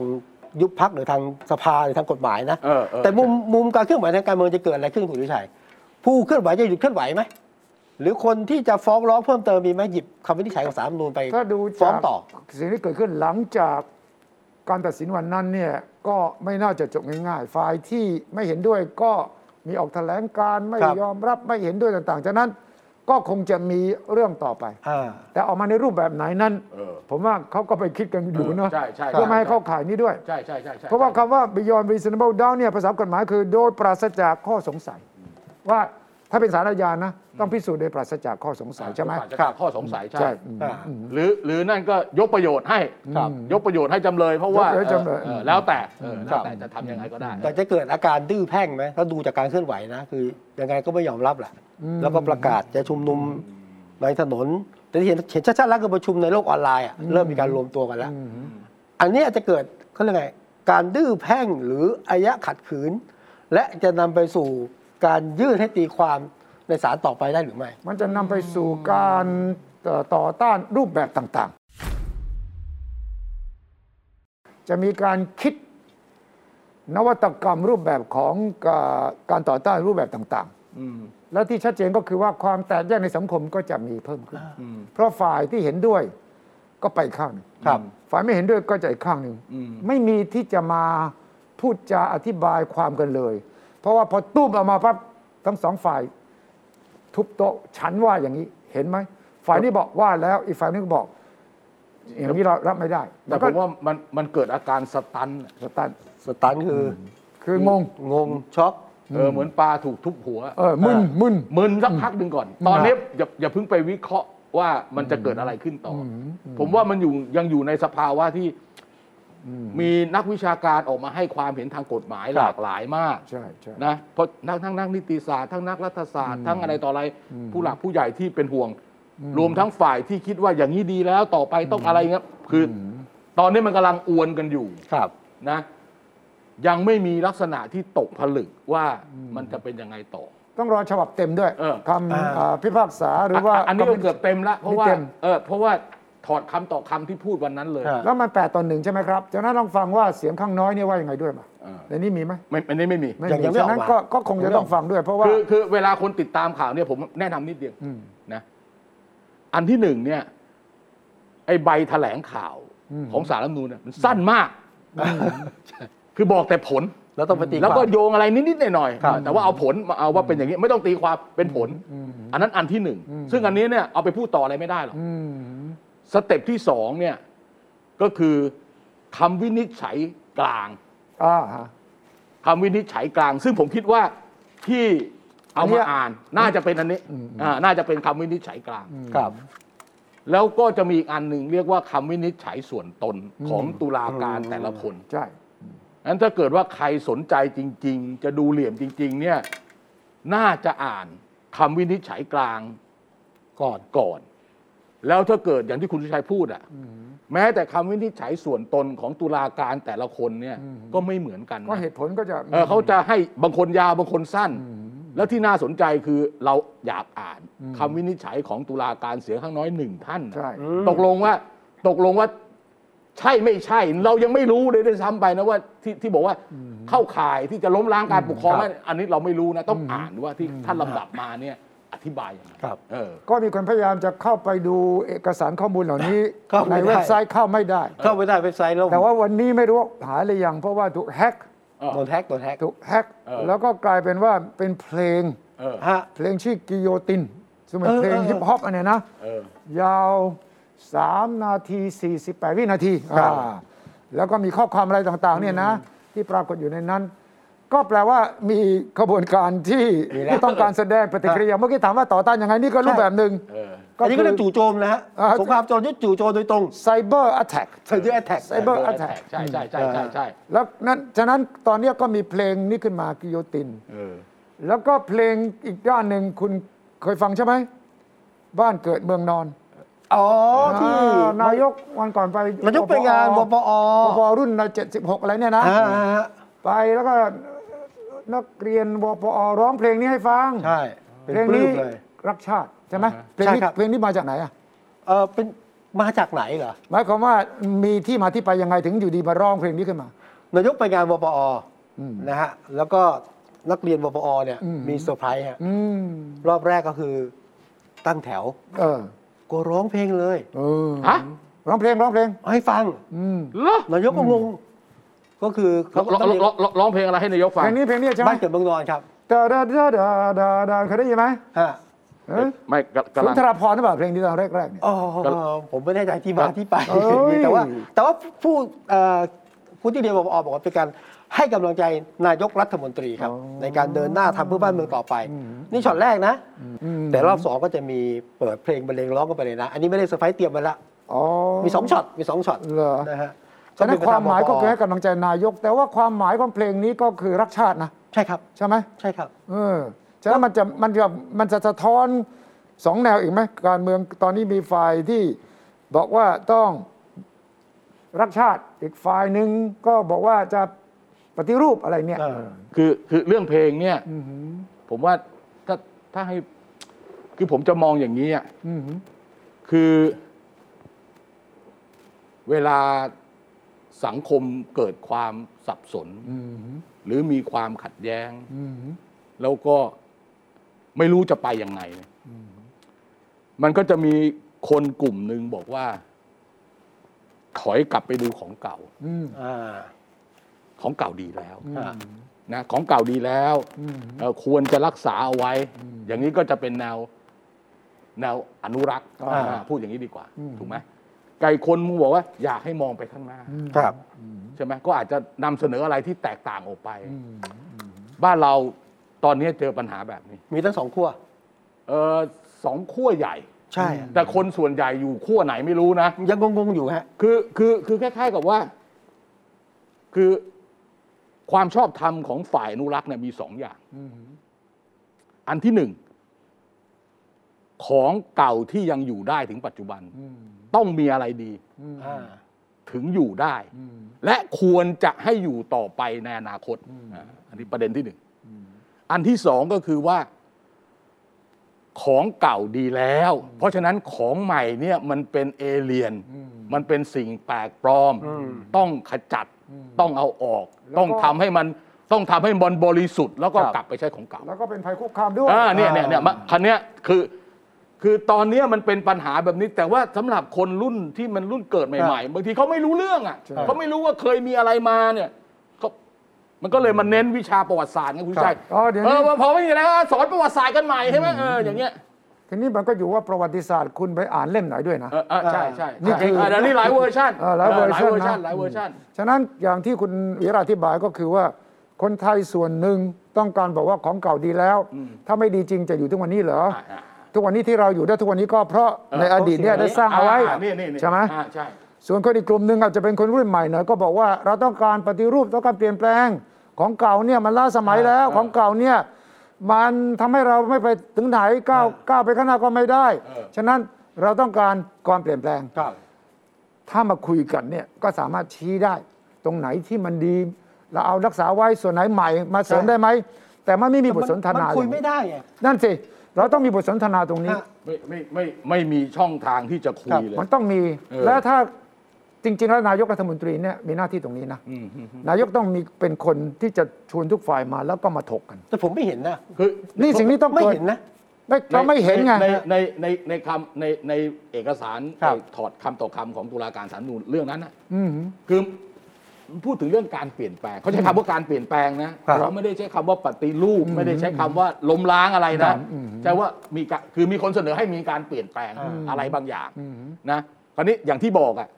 ยุบพักหรือทางสภาหรือทางกฎหมายนะ
เออเออ
แต่มุมมุมการเคลื่อนไหวทางการเมืองจะเกิดอะไรขึ้นคุณวิชัยผู้เคลื่อนไหวจะหยุดเคลื่อนไหวไหมหรือคนที่จะฟ้องร้องเพิ่มเติมมีไหมหยิบคำวินิจฉัยของสาลรฐธรรมนูนไป
ถ้าดู
ฟ้อ
จาง ก
ต่อ
สิ่งที่เกิดขึ้นหลังจากการตัดสินวันนั้นเนี่ยก็ไม่น่าจะจบง่ายๆ ฝ่ายที่ไม่เห็นด้วยก็มีออกแถลงการณ์ไม่
ครับ
ยอมรับไม่เห็นด้วยต่างๆจากนั้นก็คงจะมีเรื่องต่อไป
อ่า
แต่ออกมาในรูปแบบไหนนั้น
เออ
ผมว่าเขาก็ไปคิดกันอยู่เนาะ
ใช่ใช่ใช่
เพื่อไม่ให้เข้าข่ายนี้ด้วย
ใช่ใช่ใช่ใช่
เพราะว่าคำว่า beyond reasonable doubt เนี่ยภาษากฎหมายคือโดยปราศจากข้อสงสัย ว่าถ้าเป็นสารอาญานะต้องพิสูจน์โดยปราศจากข้อสงสัยใช่ไหม
ครับข้อสงสัย
ใช่
ใช่
อ่า
หรือหรือนั่นก็ยกประโยชน์ให้
ครับ
ยกประโยชน์ให้จำเลย เพราะว่าย
กประโยชน์ให้จำเลย
ออแล้วแต่เออ
ครั
แล้ว
บ
แต่จะทำยังไงก็ได้
แต่จะเกิดอาการดื้อแพ่งไหมถ้าดูจากการเคลื่อนไหวนะ คือยังไงก็ไม่ยอมรับแหละแล้วก็ประกาศจะชุมนุมในถนน แต่ที่เห็นเห็นชัดๆแล้วคือประชุมในโลกออนไลน์อะเริ่มมีการรวมตัวกันแล้ว อันเนี้ยจะเกิดเขาเรียกไงการดื้อแพ่งหรืออายะขัดขืน และจะนำไปสู่การยื่นให้ตีความในศาลต่อไปได้หรือไม่
มันจะนำไปสู่การเอ่อต่อต้านรูปแบบต่างๆ จะมีการคิดนวัตกรรมรูปแบบของเอ่อการต่อต้านรูปแบบต่างๆ และที่ชัดเจนก็คือว่าความแตกแยกในสังคมก็จะมีเพิ่มขึ้น เพราะฝ่ายที่เห็นด้วยก็ไปอีกข้างหนึ่ง
ครับ
ฝ่ายไม่เห็นด้วยก็จะอีกข้างหนึ่งไม่มีที่จะมาพูดจาอธิบายความกันเลย เพราะว่าพอตุ้มออกมาปั๊บทั้งสองฝ่าย ทุบโต๊ะฉันว่าอย่างนี้เห็นไหมฝ่ายนี้บอกว่าแล้วอีกฝ่ายนึงบอก อย่างนี้เรารับไม่ได้
แต่ผมว่ามันมันเกิดอาการสตันน่ะ
สตัน
สตันคือ
คืองง
งงช็อก
เออเหมือนปลาถูกทุบหัว
เออมึนมึน
มึนสักพักหนึ่งก่อน ตอนนี้อย่าอย่าเพิ่งไปวิเคราะห์ว่ามันจะเกิดอะไรขึ้นต่ออผมว่ามันอยู่ยังอยู่ในสภาวะที่มีนักวิชาการออกมาให้ความเห็นทางกฎหมาย
ครับ
หลากหลายมาก
ใช่ใช่
นะเพราะนักทั้งนักนิติศาสตร์ทั้งนักรัฐศาสตร์ทั้งอะไรต่ออะไรผู้หลักผู้ใหญ่ที่เป็นห่วง รวมทั้งฝ่ายที่คิดว่าอย่างนี้ดีแล้วต่อไปต้องอะไรเงี้ยคืออตอนนี้มันกำลังอวนกันอยู่
ครับ
นะยังไม่มีลักษณะที่ตกผลึกว่ามันจะเป็นยังไงต่อ
ต้องรอฉบับเต็มด้วย
เออ
คำ
อ่า
อ่าพิพากษาหรือว่า
อ่ะอันนี้ก็เกือบเต็มละเพราะว่า
นี่ต็ม
เออเพราะว่าถอดคำต่อคำที่พูดวันนั้นเลย
ฮะ
แล้วมันแปดต่อหนึ่งใช่ไหมครับจากนั้นลองฟังว่าเสียงข้างน้อยเนี่ยว่ายังไงด้วยป่ะ
เออ
ในนี้มีไหม
ไม่อันนี้ไม่มี
ไม่
ยัง
มี
ยังไม่ออกมา
ฉะนั้นก็ก็คงจะต้องฟังด้วย เพราะว่า
คือคือเวลาคนติดตามข่าวเนี่ยผมแนะนำนิดเดียว
อืม
นะอันที่หนึ่งเนี่ย ไอ้ใบถแถลงข่าวของสารรัฐธรรมนูลมันสั้นมากใช่คือบอกแต่ผล
แล้วต้องไปตีค
แล้ว
วาม
ก็โยงอะไรนิดๆหน่อย
ครับ
ๆแต่ว่าเอาผลมาเอาว่าเป็นอย่างนี้ไม่ต้องตีความเป็นผล อันนั้นอันที่หนึ่งซึ่งอันนี้เนี่ยเอาไปพูดต่ออะไรไม่ได้หรอก
อืม
สเต็ปที่สองเนี่ย ก็คือคำวินิจฉัยกลาง
อ่าฮะ
คำวินิจฉัยกลาง ซึ่งผมคิดว่าที่เอา
อันเนี้
มาย อ่าน น่าจะเป็นอันนี้อ่าน่าจะเป็นคำวินิจฉัยกลาง
ครับ
แล้วก็จะมีอีกอันหนึ่งเรียกว่าคำวินิจฉัยส่วนตนของตุลาการแต่ละคน
ใช่
นั้นถ้าเกิดว่าใครสนใจจริง ๆ จะดูเหลี่ยมจริง ๆ เนี่ยน่าจะอ่านคำวินิจฉัยกลาง
ก่อน
ก่อน แล้วถ้าเกิดอย่างที่คุณสุชัยพูดอะแม้แต่คำวินิจฉัยส่วนตนของตุลาการแต่ละคนเนี่ยก็ไม่เหมือนกันนะ
ก็เหตุผลก็จะ
เออเขาจะให้บางคนยาวบางคนสั้น แล้วที่น่าสนใจคือเราอยากอ่านคำวินิจฉัยของตุลาการเสียงข้างน้อยหนึ่งท่านน่ะ
ใช่
ตกลงว่าตกลงว่าใช่ไม่ใช่ เรายังไม่รู้เลยด้วยซ้ำไปนะว่าที่ที่บอกว่าเข้าข่ายที่จะล้มล้างการปกครองว่าอันนี้เราไม่รู้นะต้องอ่านว่าที่ท่านลำดับมาเนี่ยอธิบายยังไง
ครับ
เออ
ก็มีคนพยายามจะเข้าไปดูเอกสารข้อมูลเหล่านี้
เข้าไม่
ใน
ได้
เว็บไซต์เข้าไม่ได้
เข้าไปได้เว็บไซต์แล้ว
แต่ว่าวันนี้ไม่รู้หายหรือยังเพราะว่าถูกแฮ็ก
โดนแท็กโดนแท็ก
ถูกแฮ็กแล้วก็กลายเป็นว่าเป็นเพลง
เออ
ฮะ
เพลงชื่อกิโยตินซึ่งเป็น
เออ
เพลง
เออ
ฮิปฮอปอันเนี้ยนะ
เออ
ยาว 3 นาที 48 วินาที
ครับ
อ่าแล้วก็มีข้อความอะไรต่างๆเนี่ยนะ ที่ปรากฏอยู่ในนั้น ก็แปลว่ามีขบวนการที่
มีแล้ว
ที่ต้องการแสดงปฏิกิริยาเมื่อกี้ถามว่าต่อต้านยังไง นี่ก็รูป
ใช่
แบบหนึ่ง
เออ
ก็
อันนี้
คื
ก็เรีย
อ
กจู่โจมนะฮะ
อ่า
สงครามโจรยุทธจู่โจมโดยตรง
cyber attack
cyber attack
cyber
อันแท็ก
attack
ใช่ใช่ใช่ใช่ใช่
แล้วนั้นฉะนั้นตอนเนี้ยก็มีเพลงนี้ขึ้นมากิโยติน
เออ
แล้วก็เพลงอีกด้านหนึ่งคุณเคยฟังใช่ไหม บ้านเกิดเมืองนอน
อ๋อที่
อ่านายกวันก่อนไป
นายกไปงานบปอ
ปปรุ่นละ76 อะไรเนี่ยนะ
อ่าฮะ
ไปแล้วก็นักเรียนวปอร้องเพลงนี้ให้ฟัง
ใช่เป็นปลื้
นี้
มเลย
รักชาติใช่ไหมเพลง
ใช่
นี้
ครับ
เพลงนี้มาจากไหนอ่ะ
เออเป็นมาจากไหนเหรอ
หมายความว่ามีที่มาที่ไปยังไงถึงอยู่ดีมาร้องเพลงนี้ขึ้นมา
นายกไปงานบปอนะฮะแล้วก็นักเรียนบปอเนี่ยมีเซอร์ไพรส์ฮะ
อืม
รอบแรกก็คือตั้งแถว
เออ
ก็ร้องเพลงเลย
เออ
ฮะ
ร้องเพลงร้องเพลง
ให้ฟัง
อืม
เหรอน
ายกก็งงก็คือ
ร้
เขาก็
องร้อง
ต้องเรียน
ร้องร้องร้องเพลงอะไรให้นายกฟัง
เพลงนี้เพลงนี้ใช่ไหม
บ้านเกิดเมืองนอนครับ
ดาดาดาดาดาดาเคยได้ยินไหม
ฮะ
เออ
ไม่กำกำ
สุ
ลั
น
ง
ทรภพรหรือเปล่าเพลงนี้ตอนแรกๆเนี่ย
อ๋อผมไม่แน่ใจที่มาที่ไป
เอ้ย
แต่ว่า แต่ว่าผู้เอ่อผู้ที่เรียนบปอบอกว่าเป็นการให้กำลังใจนายกรัฐมนตรีครับ ในการเดินหน้าทำเพื่อบ้านเมืองต่อไป นี่ช็อตแรกนะ แต่รอบสองก็จะมีเปิดเพลงบรรเลงร้องกันไปเลยนะ อันนี้ไม่ได้เซอร์ไพรส์เตรียมมาละ
อ๋อ
มีสองช็อตมีสองช็อต
เหรอ
นะฮะ
ฉะนั้น
ก็เป็ไปต
ความหมายก็คือให้
บป
กำลังใจนายก แต่ว่าความหมายของเพลงนี้ก็คือรักชาตินะ
ใช่ครับ
ใช่ไหม
ใช่ครับ
เออฉะนั้นมันจะมันจะมันจะสะท้อนสองแนวอีกไหมการเมืองตอนนี้มีฝ่ายที่บอกว่าต้องรักชาติอีกฝ่ายหนึ่งก็บอกว่าจะปฏิรูปอะไรเนี่ย
เออ
คือคือเรื่องเพลงเนี่ยผมว่าถ้าถ้าให้ คือผมจะมองอย่างนี้อ่ะคือ เวลาสังคมเกิดความสับสน หรือมีความขัดแย้ง แล้วก็ไม่รู้จะไปยังไงเนี่ยมันก็จะมีคนกลุ่มหนึ่งบอกว่า ถอยกลับไปดูของเก่า
อ่า
ของเก่าดีแล้ว
อ่า
นะของเก่าดีแล้วเอ่อควรจะรักษาเอาไว้ อย่างนี้ก็จะเป็นแนว แนวอนุรักษ์
า
อ่าพูดอย่างนี้ดีกว่า ถูกไหม ไก่คนมึงบอกว่า อยากให้มองไปข้างหน้า
ครับ
ใช่ไหมก็อาจจะนำเสนออะไรที่แตกต่างออกไป บ้านเราตอนนี้เจอปัญหาแบบนี้
มีทั้งสองขั้ว
เออสองขั้วใหญ่
ใช่อะ
แต่คนส่วนใหญ่อยู่ขั้วไหนไม่รู้นะ
ยังงงๆอยู่ฮะ
คือคือคือคล้ายๆกับว่า คือความชอบธรรมของฝ่ายอนุรักษ์เนี่ยมีสองอย่าง อันที่หนึ่ง ของเก่าที่ยังอยู่ได้ถึงปัจจุบัน ต้องมีอะไรดี
อ่า
ถึงอยู่ได้ และควรจะให้อยู่ต่อไปในอนาคตอ่าอันนี้ประเด็นที่หนึ่ง อันที่สองก็คือว่า ของเก่าดีแล้ว เพราะฉะนั้นของใหม่เนี่ยมันเป็นเอเลียน มันเป็นสิ่งแปลกปลอม ต้องขจัด ต้องเอาออก
แล้วก็
ต้องทำให้มันต้องทำให้มันบริสุทธิ์ แล้วก็
ครับ
กลับไปใช้ของเก่า
แล้วก็เป็นภัยคุกคามด้วย
อ่าเนี่ยเนี่ยเนี่ยมาคันเนี้ยคือ คือตอนเนี้ยมันเป็นปัญหาแบบนี้ แต่ว่าสำหรับคนรุ่นที่มันรุ่นเกิดใหม่ๆบางทีเขาไม่รู้เรื่องอ่ะ
ใช่
เขาไม่รู้ว่าเคยมีอะไรมาเนี่ยเขามันก็เลยมาเน้นวิชาประวัติศาสตร์ไงคุณชัย
อ๋อเดี๋ยว
เอ
นี้
อว่าพอไม่มีแล้วสอนประวัติศาสตร์กันใหม่ใช่ไหมเอออย่างเงี้ย
ทีนี้มันก็อยู่ว่าประวัติศาสตร์คุณไปอ่านเล่มไหนด้วยนะ
เออเออใช่ใช่
นี่คืออ่
าเดี๋ยวนี้หลายเวอร์ชัน
เออหลายเวอร์ชันนะ
หลายเวอร์ชัน
ฉะนั้นอย่างที่คุณวิราอธิบายก็คือว่า คนไทยส่วนหนึ่งต้องการบอกว่าของเก่าดีแล้ว ถ้าไม่ดีจริงจะอยู่ทุกวันนี้เหรอ
อ่า
ทุกวันนี้ที่เราอยู่ได้ทุกวันนี้ก็เพราะในอดีตเนี่ยได้สร้างเอาไว้
นี่นี่นี่
ใช่ไหม
อ่าใช่
ส่วนคนอีกกลุ่มหนึ่งอาจจะเป็นคนรุ่นใหม่หน่อยก็บอกว่าเราต้องการปฏิรูปต้องการเปลี่ยนแปลงของเก่าเนี่ยมันล้าสมัยแล้วของเก่าเนี่ยมันทำให้เราไม่ไปถึงไหนก้าวก้าวไปข้างหน้าก็ไม่ได้ ฉะนั้นเราต้องการความเปลี่ยนแปลง
ครับ
ถ้ามาคุยกันเนี่ยก็สามารถชี้ได้ ตรงไหนที่มันดี เราเอารักษาไว้ส่วนไหนใหม่มาเสริม
ใช่
ได้ไหมแต่มันไม่มีบทสนทนา
มั
อ
คุย
ย่าง
ไม่
นี้
ได้ไง
นั่นสิเราต้องมีบทสนทนาตรงนี้
ฮะ
ไม่ไม่ไม่ไม่มีช่องทางที่จะคุยเลย
มันต้องมี
เออ
และถ้าจริง ๆ แล้วนายกรัฐมนตรีเนี่ยมีหน้าที่ตรงนี้นะ
อืมอืม
นายกต้องมีเป็นคนที่จะชวนทุกฝ่ายมาแล้วก็มาถกกัน
แต่ผมไม่เห็นนะ
คือ
นี่สิ่งนี้ต้อง
ไม่
กิด
เห็นนะ
ไม่เราไม่เห็นไง
ในในในในคำในในเอกสาร
ครับ
ไอ้ถอดคำต่อคำของตุลาการสารนูนเรื่องนั้นนะ
อืม
คือพูดถึงเรื่องการเปลี่ยนแปลงเขาใช้คำว่าการเปลี่ยนแปลงนะครับ เขาไม่ได้ใช้คำว่าปฏิรูปไม่ได้ใช้คำว่าล้มล้างอะไร
ครั
นะ
บอืม
ใช่ว่ามีการคือมีคนเสนอให้มีการเปลี่ยนแปลงอะไรบางอย่าง
อืม
นะคราวนี้อย่างที่บอกอะ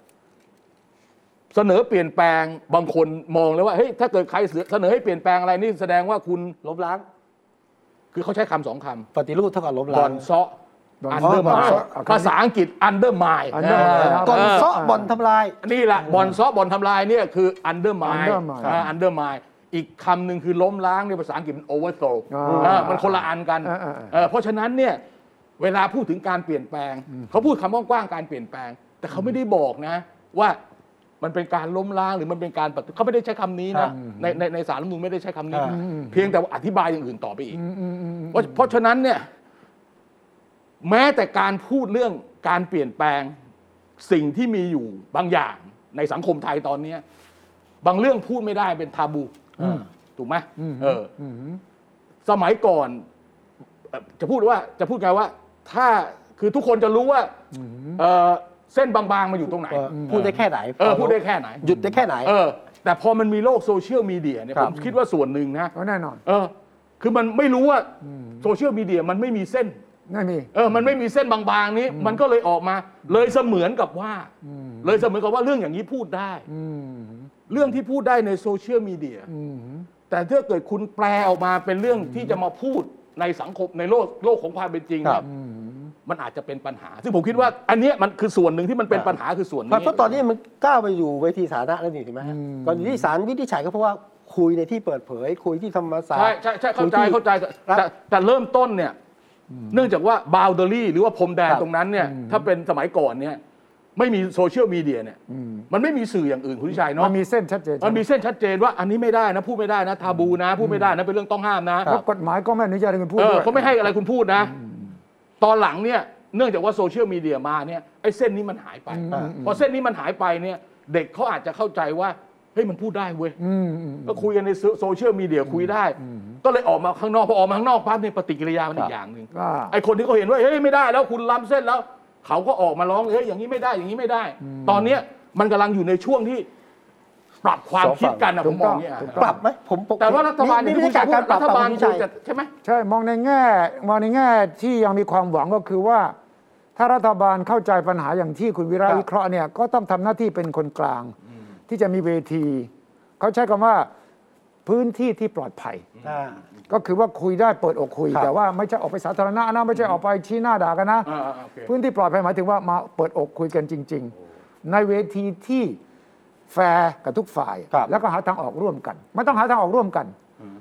เสนอเปลี่ยนแปลงบางคนมองเลยว่าเฮ้ยถ้าเกิดใครเสนอให้เปลี่ยนแปลงอะไรนี่แสดงว่าคุณ
ล้มล้าง
คือเขาใช้คำสองคำ
ปฏิรูปเท่ากับล้ม
บ
ล้า
อง นเซาะ
บ่อน
อัน
เซาะ
เดอร์
บ่อน
มาย
เซาะอ่ะ
ภาษาอังกฤษอันเดอร์มาย
อันเดอร์มายครับ
ก่อนเซาะ
อ่า
บ่อนทำลาย
นี่แหละบอนเซาะบอนทำลายเนี่ยคืออันเดอร์มาย
undermine
อันเดอร์มายอีกคำหนึ่งคือล้มล้างในยภาษาอังกฤษโอเวอร์โซ
อ่า
มันคนละอันกัน
อ่าอ่าอ่า
เออเพราะฉะนั้นเนี่ยเวลาพูดถึงการเปลี่ยนแปลง เขาพูดคำกว้างๆการเปลี่ยนแปลง แต่เขาไม่ได้บอกนะ ว่ามันเป็นการล้มล้างหรือมันเป็นการปฏิเขาไม่ได้ใช้คำนี้
ครั
นะ
บ
ในในในสารรัฐธรรมนูญไม่ได้ใช้คำนี้
อ่า
เพียงแต่ว่าอธิบายอย่างอื่นต่อไปอีก เพราะเพราะฉะนั้นเนี่ยแม้แต่การพูดเรื่องการเปลี่ยนแปลงสิ่งที่มีอยู่บางอย่างในสังคมไทยตอนเนี้ยบางเรื่องพูดไม่ได้เป็นทาบูถูกไหมเอออสมัยก่อนเอ่อจะพูดว่าจะพูดไงว่า ถ้าคือทุกคนจะรู้ว่าเอ่อเส้นบางๆมาอยู่ตรงไหน
เออพูดได้แค่ไหน
เออพูดได้แค่ไหน
หยุดได้แค่ไหน
เออ แต่พอมันมีโลกโซเชียลมีเดียเนี่ย
ครั
ผ
บ
มคิดว่าส่วนหนึ่งนะ
เอาแน่นอน
เออ คือมันไม่รู้ว่าโซเชียลมีเดียมันไม่มีเส้น
ไม่มี
เออ มันไม่มีเส้นบางๆนี้ มันก็เลยออกมา เลยเสมือนกับว่า เลยเสมือนกับว่าเรื่องอย่างนี้พูดได้
อืม
เรื่องที่พูดได้ในโซเชียลมีเดีย
อืม
แต่ถ้าเกิดคุณแปลออกมาเป็นเรื่องที่จะมาพูดในสังคมในโลกโลกของความเป็นจริง
ครับ
เนี่ยมันอาจจะเป็นปัญหา ซึ่งผมคิดว่า อันเนี้ยมันคือส่วนหนึ่งที่มันเป็นปัญหาคือส่วนนี้
เพราะตอนนี้มันก้าวไปอยู่เวทีสาธารณะแล้วนี่ถูกไหมฮะก่อนที่ศาลวินิจฉัยก็เพราะว่าคุยในที่เปิดเผย คุยที่ธรรมศาสต
ใช่
ร์
ใช่ใช่เข้าใจเข้าใจแต่
ครับ
แต่แต่เริ่มต้นเนี่ย เนื่องจากว่าบาวเดอรี่หรือว่าพรมแด
ค
น
รับ
ตรงนั้นเนี่ย ถ้าเป็นสมัยก่อนเนี่ย ไม่มีโซเชียลมีเดียเนี่ย มันไม่มีสื่ออย่างอื่นคุณวิชัยเนาะ
มันมีเส้นชัดเจน
มันมีเส้นชัดเจนว่าอันนี้ไม่ได้นะ พูดไม่ได้นะ ทาบูนะ พูดไม่ได้นะ เป็นเรื่องต้องห้ามนะ
แล้วกฎหมายก็ไม่อนุญาตให้คุณพูด
เออ
ด้วย
เขาไม่ให้อะไรคุณพูดนะ ตอนหลังเนี่ย เนื่องจากว่าโซเชียลมีเดียมาเนี่ยไอ้เส้นนี้มันหายไป
อืม
พอเส้นนี้มันหายไปเนี่ย เด็กเขาอาจจะเข้าใจว่าเฮ้ยมันพูดได้เว้ย
อืมอืม
ก็คุยกันในโซเชียลมีเดียคุยได้ ก็เลยออกมาข้างนอก พอออกมาข้างนอกปั๊บเนี่ยปฏิกิริยามันอีกอย่างหนึ่ง
ว่า
ไอคนที่เขาเห็นว่าเฮ้ยไม่ได้แล้วคุณล้ำเส้นแล้ว เขาก็ออกมาร้องเฮ้ยอย่างนี้ไม่ได้อย่างนี้ไม่ได้ ตอนเนี้ยมันกำลังอยู่ในช่วงที่ ปรับความคิดกันนะผ
ถู
ม
ก
ม
ต้
อ
อง ง
เนี่ย
ถูก
ป
ต้
รั
อบ ง
ไหมผม
แต่ว่ารัฐบาล
นี่
ที่
ไม่
คุณ
ใช่การปรั
รั
ฐ
ฐ
บา
บา
ล
ล
คุณ
คว
ชั
ร
ย
จะใช่ไหม
ใช่มองในแง่ มองในแง่ที่ยังมีความหวังก็คือว่า ถ้ารัฐบาลเข้าใจปัญหาอย่างที่คุณวิระ
ครับ
วิเคราะห์เนี่ยก็ต้องทำหน้าที่เป็นคนกลาง ที่จะมีเวที เขาใช้คำว่าพื้นที่ที่ปลอดภัย
อ่า
ก็คือว่าคุยได้เปิดอกคุย
ครับ
แต่ว่าไม่ใช่ออกไปสาธารณะนะไม่ใช่ออกไปชี้หน้าด่ากันนะ
อ่าอ่าโอเค
พื้นที่ปลอดภัยหมายถึงว่ามาเปิดอกคุยกันจริง ๆ ในเวทีที่แฟร์กับทุกฝ่าย
ครับ
แล้วก็หาทางออกร่วมกัน ไม่ต้องหาทางออกร่วมกัน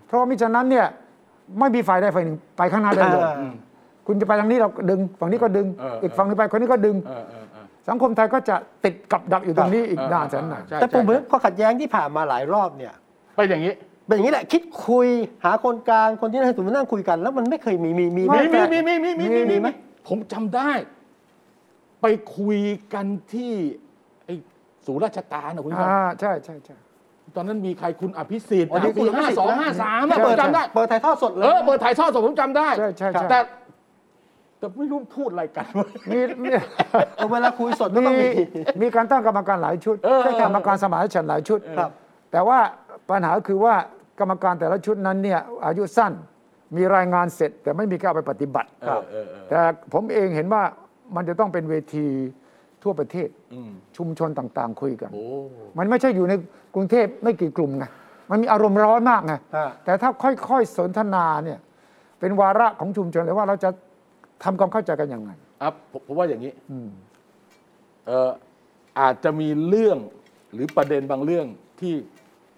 เพราะมิฉะนั้นเนี่ยไม่มีฝ่ายใดฝ่ายหนึ่งไปข้างหน้าได้เลย
อ่าอืม
คุณจะไปทางนี้เราดึงฝั่งนี้ก็ดึง
เออเอออี
อีกฝั่งนึงไปคนนี้ก็ดึง
เออเออเออ
สังคมไทยก็จะติดกับดักอยู่ตรงนี้อีกนานแสนนาน
ใช่
แต่ผมเหมือนข้อขัดแย้งที่ผ่านมาหลายรอบเนี่ย
ไปอย่างนี้
เป็นอย่างนี้แหละคิดคุยหาคนกลางคนที่น่าสนมานั่งคุยกัน แล้วมันไม่เคยมีมีมีไห
มีมี
แต่
มีมีมีมีมี
มี
มี
ไหม
ผมจำได้ ไปคุยกันที่ไอ้ศูนย์ราชการนะคุณผู้ชม
อ่าใช่ใช่ใช่
ตอนนั้นมีใครคุณอภิสิทธิ์
อ๋อนี่
ปี
คุณอภิ
ห้า
สิทธิ์
สอง
นะ
ห้าสาม
ใช่
เปิด
จำได้
เปิดถ่ายทอดสดเล
เอย อเปิดถ่ายทอดสดผมจำได้
ใช่ใช่ใช่
แต่แต่ไม่รู้พูดอะไร กันวะ
มีมี
เวลาคุยสดมันต้อง
มี
มี
มีการตั้งกรรมการหลายชุด
เออ
ใช่กรรมการสมานฉันท์หลายชุด
ครับ
แต่ว่าปัญหาคือว่ากรรมการแต่ละชุดนั้นเนี่ยอายุสั้นมีรายงานเสร็จ แต่ไม่มีการเอาไปปฏิบัติ
เออเออเออ
แต่ผมเองเห็นว่ามันจะต้องเป็นเวทีทั่วประเทศ
อืม
ชุมชนต่างๆ คุยกัน
โอ้
มันไม่ใช่อยู่ในกรุงเทพไม่กี่กลุ่มไงมันมีอารมณ์ร้อนมากไง
อ่า
แต่ถ้าค่อยๆสนทนาเนี่ยเป็นวาระของชุมชนเลยว่าเราจะทำความเข้าใจกันยังไง
อ่ะผมผมว่าอย่างนี้
อืม
เอออาจจะมีเรื่องหรือประเด็นบางเรื่องที่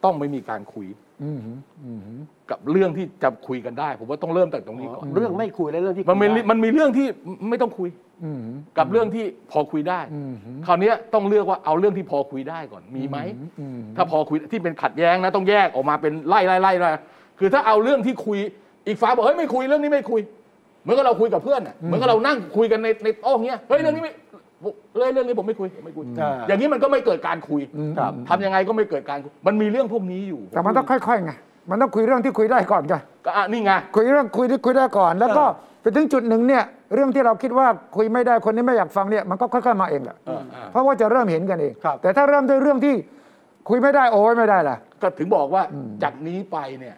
ต้องไม่มีการคุย
อืมฮึอืมฮึ
กับเรื่องที่จะคุยกันได้ ผมว่าต้องเริ่มจากตรงนี้ก่อน
เรื่องไม่คุยและเรื่องที่คุย
มันมี
ได้
มันมีเรื่องที่ไม่ต้องคุย
อืม
กับเรื่องที่พอคุยได้
อืมฮึ
คราวเนี้ยต้องเลือกว่าเอาเรื่องที่พอคุยได้ก่อนมีไหม
อืม
ถ้าพอคุยที่เป็นขัดแย้งนะต้องแยกออกมาเป็นไล่ไล่ไล่ไล่คือถ้าเอาเรื่องที่คุยอีกฝ่ายบอกเฮ้ยไม่คุยเรื่องนี้ไม่คุย เหมือนกับเราคุยกับเพื่อนน่ะเหมือนกับเรานั่งคุยกันในในโต๊ะเงี้ยเฮ้ยเรื่องนี้ไม่เรื่องเรื่องนี้ผมไม่คุยผมไม่คุย
อ่า
อย่างนี้มันก็ไม่เกิดการคุย
ครับ
ทำยังไงก็ไม่เกิดการคุยมันมีเรื่องพวกนี้อยู่
แต่มันต้องค่อยๆไงมันต้องคุยเรื่องที่คุยได้ก่อนไง
ก็อ่ะนี่ไง
คุยเรื่องคุยที่คุยได้ก่อน แล้วก็ไปถึงจุดหนึ่งเนี่ยเรื่องที่เราคิดว่าคุยไม่ได้คนนี้ไม่อยากฟังเนี่ยมันก็ค่อยๆมาเองแหละ
เออเออ
เพราะว่าจะเริ่มเห็นกันเอง
ครับ
แต่ถ้าเริ่มด้วยเรื่องที่คุยไม่ได้โอ้ยไม่ได้ล่ะ
ก็ถึงบอกว่าจากนี้ไปเนี่ย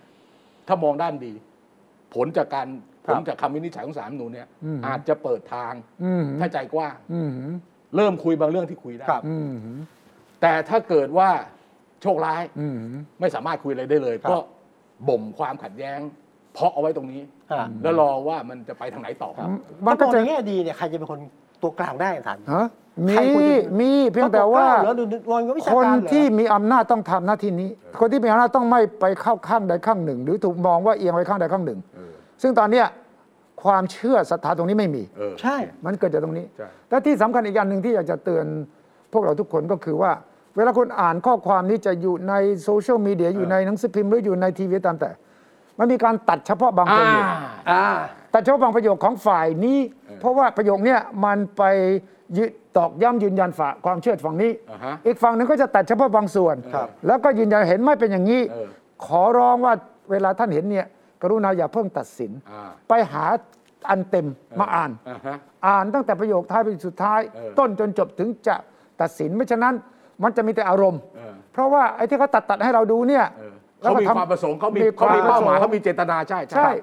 ถ้ามองด้านดี ผลจากการผลจากคำวินิจฉัยของสาลรฐธรรมนูนเนี่ย
อืม
อาจจะเปิดทาง
อืมฮึ
ถ้าใจกว้าง
อืมฮึ
เริ่มคุยบางเรื่องที่คุยได้
ครับ
อืมฮึ
แต่ถ้าเกิดว่าโชคร้าย
อืมฮึ
ไม่สามารถคุยอะไรได้เลย
ครับ
ก็บ่มความขัดแย้ง เพาะเอาไว้ตรงนี้
อ่า
แล้วรอว่ามันจะไปทางไหนต่อครับ
มันก็
ถ้าอง
จะ
ในแง่ดีเนี่ยใครจะเป็นคนตัวกลางได้ถาม
ฮะมีมีเพียงแต่ว่า
แล้วดูวงก็วิชา
ค
การ
น
เหรอ
ที่มีอำนาจต้องทำหน้าที่นี้ คนที่มีอำนาจต้องไม่ไปเข้าข้างใดข้างหนึ่ง หรือถูกมองว่าเอียงไปข้างใดข้างหนึ่ง ซึ่งตอนเนี้ยความเชื่อศรัทธาตรงนี้ไม่มี
เออ
ใช่
มันเกิดจากตรงนี้
ใช่
และที่สำคัญอีกอย่างหนึ่งที่อยากจะเตือนพวกเราทุกคนก็คือว่า เวลาคุณอ่านข้อความนี้จะอยู่ในโซเชียลมีเดียอยู่ในหนังสือพิมพ์หรืออยู่ในทีวีตามแต่ มันมีการตัดเฉพาะบางประ
อ่า
โยค
อ่า
แต่เฉพาะบางประโยคของฝ่ายนี้ เพราะว่าประโยคเนี้ยมันไปยึดตอกย้ำยืนยันฝ่ายความเชื่อฝั่งนี้
อ่าฮะ
อีกฝั่งหนึ่งก็จะตัดเฉพาะบางส่วน
ครับ
แล้วก็ยืนยันเห็นไม่เป็นอย่างนี้
เออ
ขอร้องว่าเวลาท่านเห็นเนี่ย กรุณาอย่าเพิ่งตัดสิน
อ่า
ไปหาอันเต็มมาอ่าน
อ่าฮะ
อ่านตั้งแต่ประโยคท้ายไปสุดท้าย
เออ
ต้นจนจบถึงจะตัดสินไม่ฉะนั้นมันจะมีแต่อารมณ์
เออ
เพราะว่าไอ้ที่เขาตัดตัดๆให้เราดูเนี่ย
เออ
แล้
เขา
ก็
มี
ทำ
ความประสงค์เขามี
คว
เขามีเป้าหมาย
ประสงค์
เขามีเจตนาใช่ค
ใช่
รับ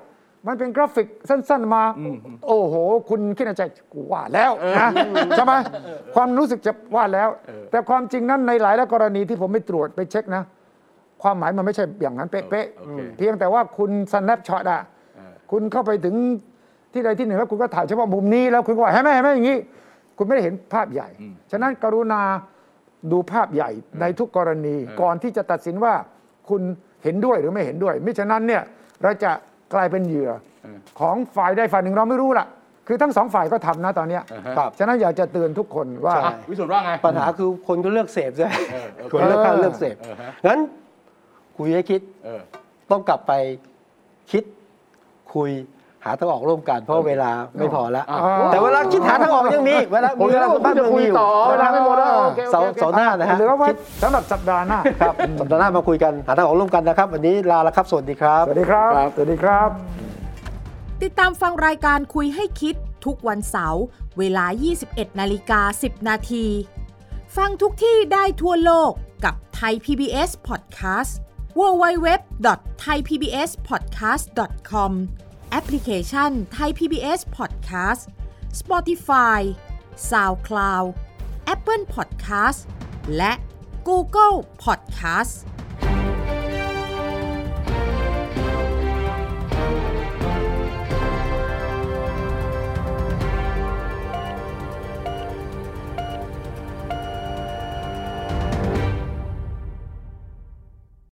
มันเป็นกราฟิกสั้น ๆ มา โอ้โห คุณคิดในใจกูว่าแล้วนะใช่ไหมความรู้สึกจะว่าแล้ว แต่ความจริงนั้นในหลายๆกรณีที่ผมไปตรวจไปเช็คนะ ความหมายมันไม่ใช่อย่างนั้นเป๊ะ
โอเค
ๆเพียงแต่ว่าคุณ snapshot อะคุณเข้าไปถึงที่ใดที่หนึ่งแล้วคุณก็ถ่ายเฉพาะมุมนี้แล้วคุณก็ว่าเห็นไหมเห็นไหมอย่างนี้ คุณไม่ได้เห็นภาพใหญ่ ฉะนั้นกรุณาดูภาพใหญ่ในทุกกรณีก่อนที่จะตัดสินว่าคุณเห็นด้วยหรือไม่เห็นด้วยมิฉะนั้นเนี่ยเราจะกลายเป็นเหยื่อของฝ่ายใดฝ่ายหนึ่งเราไม่รู้ล่ะ คือทั้งสองฝ่ายก็ทำนะตอนเนี้ย
อ่าฮะ
ครับ
ฉะนั้นอยากจะเตือนทุกคนว่า
ใช่
อ่ะวิสุทธ์ว่าไง
ปัญหาคือคนก็เลือกเสพใช่ไหม
เออเออ
คนเลือกข้างเลือกเสพ
เออฮะ
งั้นคุยให้คิด
เออ
ต้องกลับไปคิดคุยหาทางออกร่วมกัน เพราะเวลาไม่พอแล้ว
อ่า
แต่เวลาคิดหาทางออกยังมีเวลา
ผม
เวลา
จะ
บ้านเมืองมีอยู่
ต่อเวลาไม่หมดแล้วโอเคโอเค
เสาร์เสาร์หน้านะฮะ
เหลือไว้
คิด
สำหรับสัปดาห์หน้า
ครับสัปดาห์หน้ามาคุยกันหาทางออกร่วมกันนะครับ วันนี้ลาแล้วครับ สวัสดีครับ
สวัสดีครับ สวัสดีครับ
ติดตามฟังรายการคุยให้คิดทุกวันเสาร์เวลา 21นาฬิกา10 นาที ฟังทุกที่ได้ทั่วโลกกับ t h a i PBS Podcast www.thaipbspodcast.com แอปพลิเคชัน Thai PBS Podcast Spotify SoundCloud Apple Podcast และ Google Podcast